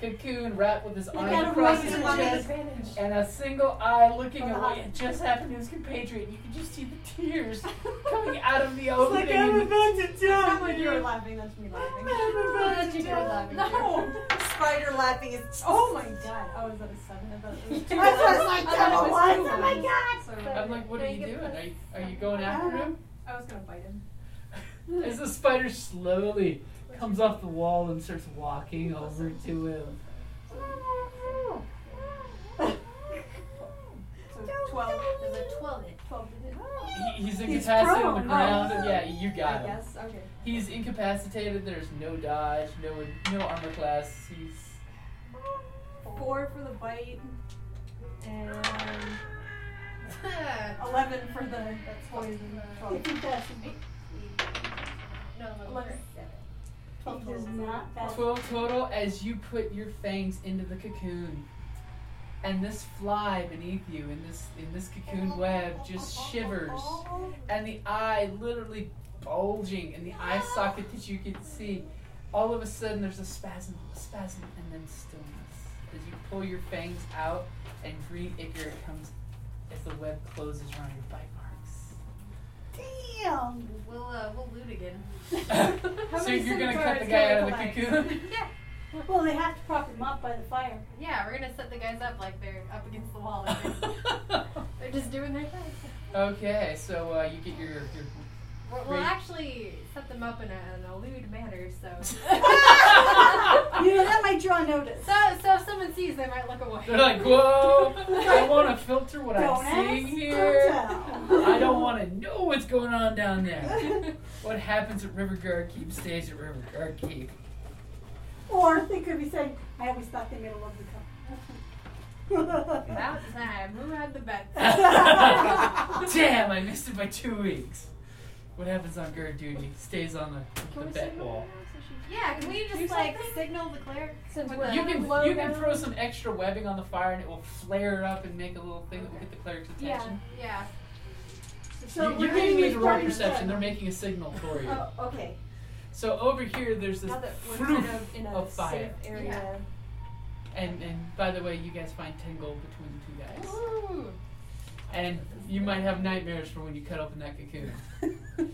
S2: cocoon wrapped with his
S3: They
S2: arms
S3: got him
S2: across
S3: right
S2: his
S3: in the
S2: chest.
S3: advantage.
S2: and a single eye looking
S3: Oh,
S2: away
S3: hi.
S2: at just happened to his compatriot. You can just see the
S3: *laughs*
S2: tears coming out of the opening.
S3: like, I'm about to
S1: Not
S3: die.
S1: when you're laughing, that's me
S4: *laughs*
S1: laughing.
S4: That's you laughing.
S3: No.
S1: Spider laughing is.
S3: Oh my god.
S8: Oh, is that a seven? I thought it
S3: *laughs*
S8: was two.
S3: I was like,
S8: I thought it was
S3: oh,
S8: two.
S3: what? Oh my god.
S8: So
S2: I'm like, what
S4: Can
S2: are
S4: I
S2: you
S4: get
S2: doing?
S4: this?
S2: Are you, are you going after him?
S8: I was gonna bite
S3: *laughs*
S8: him.
S2: As the spider slowly comes off the wall and starts walking over to him.
S8: So twelve.
S4: There's a 12 hit.
S8: Twelve to hit.
S3: Oh.
S2: He, he's
S3: He's
S2: incapacitated on the
S3: prone.
S2: ground. Yeah, you got him.
S8: Yes. Okay.
S2: He's incapacitated. There's no dodge, no no armor class. He's
S8: Four for the bite,
S3: *laughs*
S8: and
S4: no,
S8: eleven for the that's poison.
S3: I
S8: Twelve.
S3: think that's
S4: look.
S8: Eleven.
S3: it is not bad.
S2: 12 total as you put your fangs into the cocoon. And this fly beneath you in this in this cocoon web just shivers.
S3: Oh,
S2: And the eye literally bulging in the eye socket that you can see. All of a sudden there's a spasm, a spasm, and then stillness. As you pull your fangs out and green ichor comes as the web closes around your bite marks.
S3: Damn.
S4: We'll, uh, we'll loot again.
S2: so
S8: many
S2: you're gonna
S8: scimitars
S2: cut the
S8: can
S2: guy
S8: we
S2: out of the
S8: collect?
S2: cocoon? *laughs*
S3: Well, they have to prop him up by the fire.
S4: Yeah, we're gonna set the guys up like they're up against the wall. Like they're, they're just doing their thing.
S2: okay, so uh, you get your, your *laughs*
S4: We're, we'll
S2: Great.
S4: actually set them up in a, an elude manner, so
S3: You know, that might draw notice.
S4: so so if someone sees, they might look away.
S2: They're like, whoa, I want to filter what
S3: Don't
S2: I'm
S3: ask,
S2: seeing
S3: don't
S2: here.
S3: tell.
S2: I don't want to know what's going on down there. *laughs* what happens at River Guard Keep stays at River Guard Keep. *laughs*
S3: *laughs* Or they could be saying, I always thought they made a lovely couple.
S4: About time. Who had the bets?
S2: Damn, I missed it by two weeks. What happens on guard duty stays on the,
S8: Can
S2: the
S8: we
S2: bet
S8: signal
S2: wall.
S8: her so she
S4: yeah, can we
S8: Do
S4: just like
S8: something?
S4: signal the cleric?
S8: Since
S4: With
S8: we're-
S4: the-
S2: You *laughs* can
S8: Blow
S2: you can
S8: down.
S2: throw some extra webbing on the fire and it will flare it up and make a little thing that will get the cleric's attention.
S4: yeah.
S3: so
S2: you,
S3: we're
S2: are getting me
S3: doing
S2: to roll
S3: part of the
S2: perception.
S3: plan.
S2: They're making a signal for you.
S8: Oh, okay.
S2: So over here, there's this
S8: Now that we're
S2: floof
S8: kind of in a
S2: of fire.
S8: safe area.
S2: And and by the way, you guys find ten gold between the two guys.
S4: Ooh,
S2: And you might have nightmares for when you cut open that cocoon.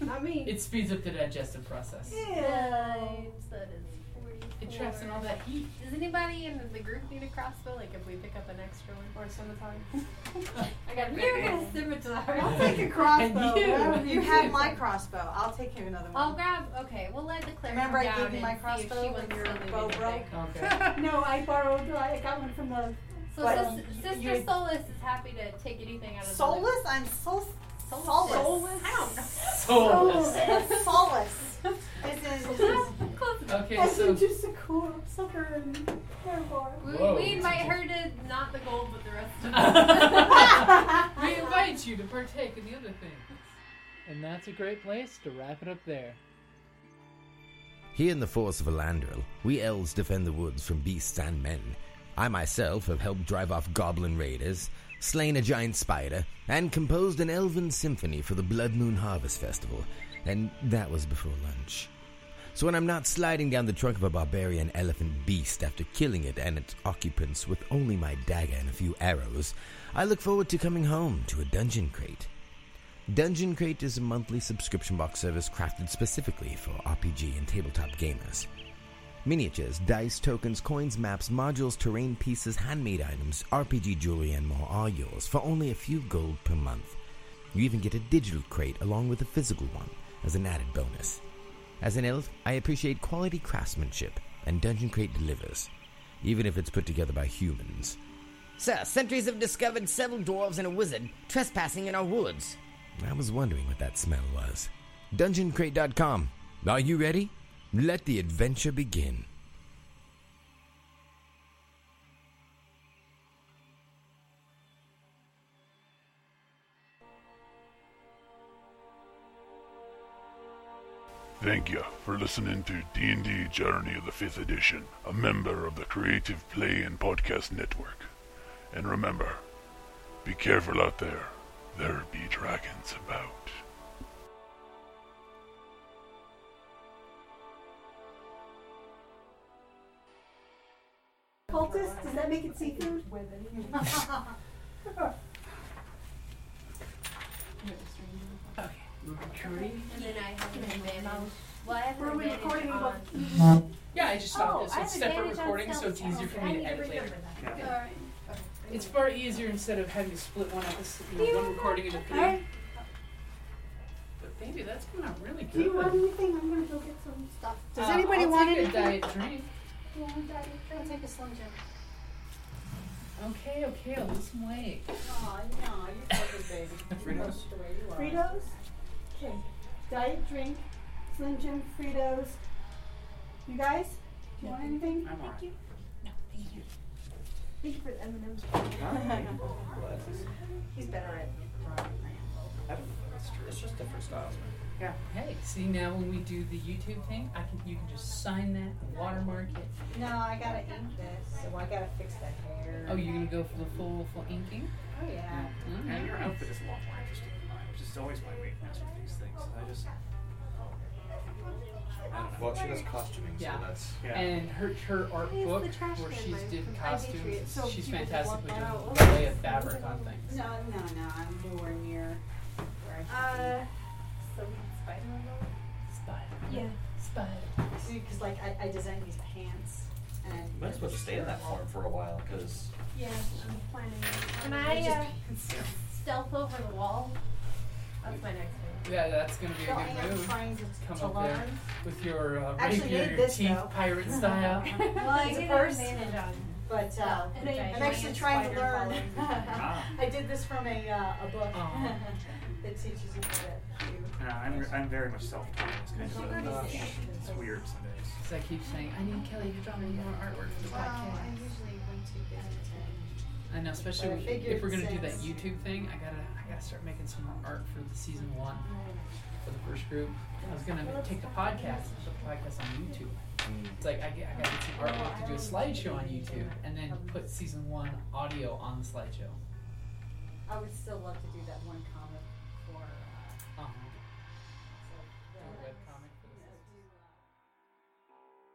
S8: Not me.
S2: It speeds up the digestive process.
S3: Yeah.
S4: times that is
S2: It traps in all
S4: 44.
S2: that heat.
S4: Does anybody in the group need a crossbow? Like if we pick up an extra one?
S8: or scimitar.
S4: *laughs* I got.
S8: You're
S4: You're gonna
S8: gonna
S1: I'll take
S2: *laughs*
S1: a crossbow.
S2: And you.
S1: That would be- You have
S2: You.
S1: my crossbow. I'll take you another
S4: I'll
S1: one.
S4: grab. Okay, we'll let the
S1: *laughs*
S4: cleric
S1: Remember I
S4: come down
S1: gave you
S4: and
S1: my
S4: see if she
S1: crossbow
S2: *laughs*
S4: wants
S1: when your
S4: to
S3: *laughs*
S4: leave
S1: bow
S4: anything.
S1: broke?
S2: Okay.
S3: No, I borrowed, I uh, got one from the
S4: So
S1: But,
S4: sis, Sister
S1: you-
S4: Solus is happy to take anything out of the
S1: Soulless? I'm so soulless.
S4: Soulless? I don't know.
S2: Soulless.
S1: Soulless. This
S2: *laughs*
S1: is
S2: Okay,
S3: I
S2: so
S3: said just a cool sucker and therefore.
S4: We,
S2: Whoa.
S4: we invite her to not the gold, but the rest of
S2: we invite you to partake in the other things. And that's a great place to wrap it up there.
S10: Here in the force of Elandril, we elves defend the woods from beasts and men. I myself have helped drive off goblin raiders, slain a giant spider, and composed an elven symphony for the Blood Moon Harvest Festival, and that was before lunch. So when I'm not sliding down the trunk of a barbarian elephant beast after killing it and its occupants with only my dagger and a few arrows, I look forward to coming home to a dungeon crate. Dungeon Crate is a monthly subscription box service crafted specifically for RPG and tabletop gamers. Miniatures, dice, tokens, coins, maps, modules, terrain pieces, handmade items, RPG jewelry, and more are yours for only a few gold per month. You even get a digital crate along with a physical one as an added bonus. As an elf, I appreciate quality craftsmanship, and Dungeon Crate delivers, even if it's put together by humans.
S11: Sir, sentries have discovered several dwarves and a wizard trespassing in our woods.
S10: I was wondering what that smell was. DungeonCrate.com. Are you ready? Let the adventure begin.
S12: Thank you for listening to D&D Journey of the 5th Edition, a member of the Creative Play and Podcast Network. And remember, be careful out there. There be dragons about.
S3: Cultist, does that make it seafood?
S2: Okay. Recording?
S4: And then I have an advantage. Well, I have an
S3: Were we
S4: advantage
S3: recording
S4: on...
S3: about-
S2: Yeah, I just stopped it,
S4: Oh, I
S2: so
S4: have
S2: it's separate
S4: advantage on
S2: recording, so it's
S4: stealth
S2: easier
S4: check.
S2: for
S4: I
S2: me
S4: need
S2: to edit later.
S4: remember that.
S5: Yeah.
S4: Alright.
S2: It's far easier instead of having to split one up, you know, one recording into three.
S3: Alright.
S2: But baby, that's coming out really
S3: Do you want
S2: good.
S3: anything? I'm gonna go get some stuff.
S1: Does anybody
S2: I'll
S1: want
S2: take
S1: anything?
S2: a diet drink?
S3: Yeah, I'm dying. I'll take a Slim Jim.
S2: Okay, okay, I'll lose some weight.
S3: Aw, no, you fucking baby. You
S2: Fritos?
S3: lost the way you are. Fritos? Okay. Diet drink, Slim Jim Fritos. You guys, do you want anything?
S5: I'm alright.
S3: Thank you for the M&M's.
S6: Well, that's just,
S3: He's better at
S6: I don't know, it's, true. it's just different styles, man.
S2: Hey, see now when we do the YouTube thing, I can you can just sign that and watermark it.
S1: No, I gotta ink this, so I gotta fix that hair.
S2: Oh, you're gonna go for the full full inking?
S1: Oh, yeah.
S5: Yeah,
S3: Mm.
S2: Alright.
S5: your outfit is a lot more interesting than mine, which is always my weakness with these things. I just, I don't know.
S6: Well, she does costuming,
S2: Yeah.
S6: so that's.
S5: Yeah.
S2: And her her art
S3: It's
S2: book
S3: the trash
S2: where
S3: can
S2: she's
S3: mine
S2: did
S3: from
S2: costumes.
S3: Ivy Tree. So
S2: she's
S3: people just
S2: fantastic
S3: walk
S2: with
S3: out.
S2: the lay of fabric on things.
S1: No, no, no, I'm nowhere near where I
S4: Uh, so we can spider on
S2: Spider.
S4: Yeah.
S2: Spider.
S1: Because, like, I, I designed these pants. And
S6: Might as well just stay in that form for a while, because
S3: Yeah, I'm planning.
S4: Can I uh, stealth over the wall? That's my next move.
S2: Yeah, that's gonna be
S1: Well, I
S2: a good
S1: am
S2: move.
S1: trying to,
S2: Come
S1: to
S2: up
S1: learn.
S2: there with your uh,
S1: Actually,
S2: rapier,
S1: need
S2: your
S1: this,
S2: teeth
S1: though.
S2: pirate *laughs* style.
S4: I
S1: It's a
S4: get
S1: purse.
S4: an advantage on
S1: But uh,
S4: And a
S1: I'm
S4: giant
S1: actually trying to
S4: spider
S1: learn.
S4: follows me.
S5: Ah.
S1: *laughs* I did this from a, uh, a book
S2: Aw.
S1: *laughs* that teaches you how to do.
S5: No, I'm, re- I'm very much self-taught. in this kind of
S1: Well,
S5: stuff.
S1: that is the
S5: It's weird some days.
S2: Because I keep saying, I need Kelly to draw me more artwork for the podcast.
S1: usually went to
S2: I know, especially
S1: But I
S2: when- if
S1: figured
S2: we're gonna do that
S1: since-
S2: YouTube thing, I gotta I gotta start making some more art for the season one for the first group. I was gonna take the podcast and put the podcast on YouTube. It's like I, get, I gotta get some artwork to do a slideshow on YouTube and then put season one audio on the slideshow.
S1: I would still love to do that one comic for uh,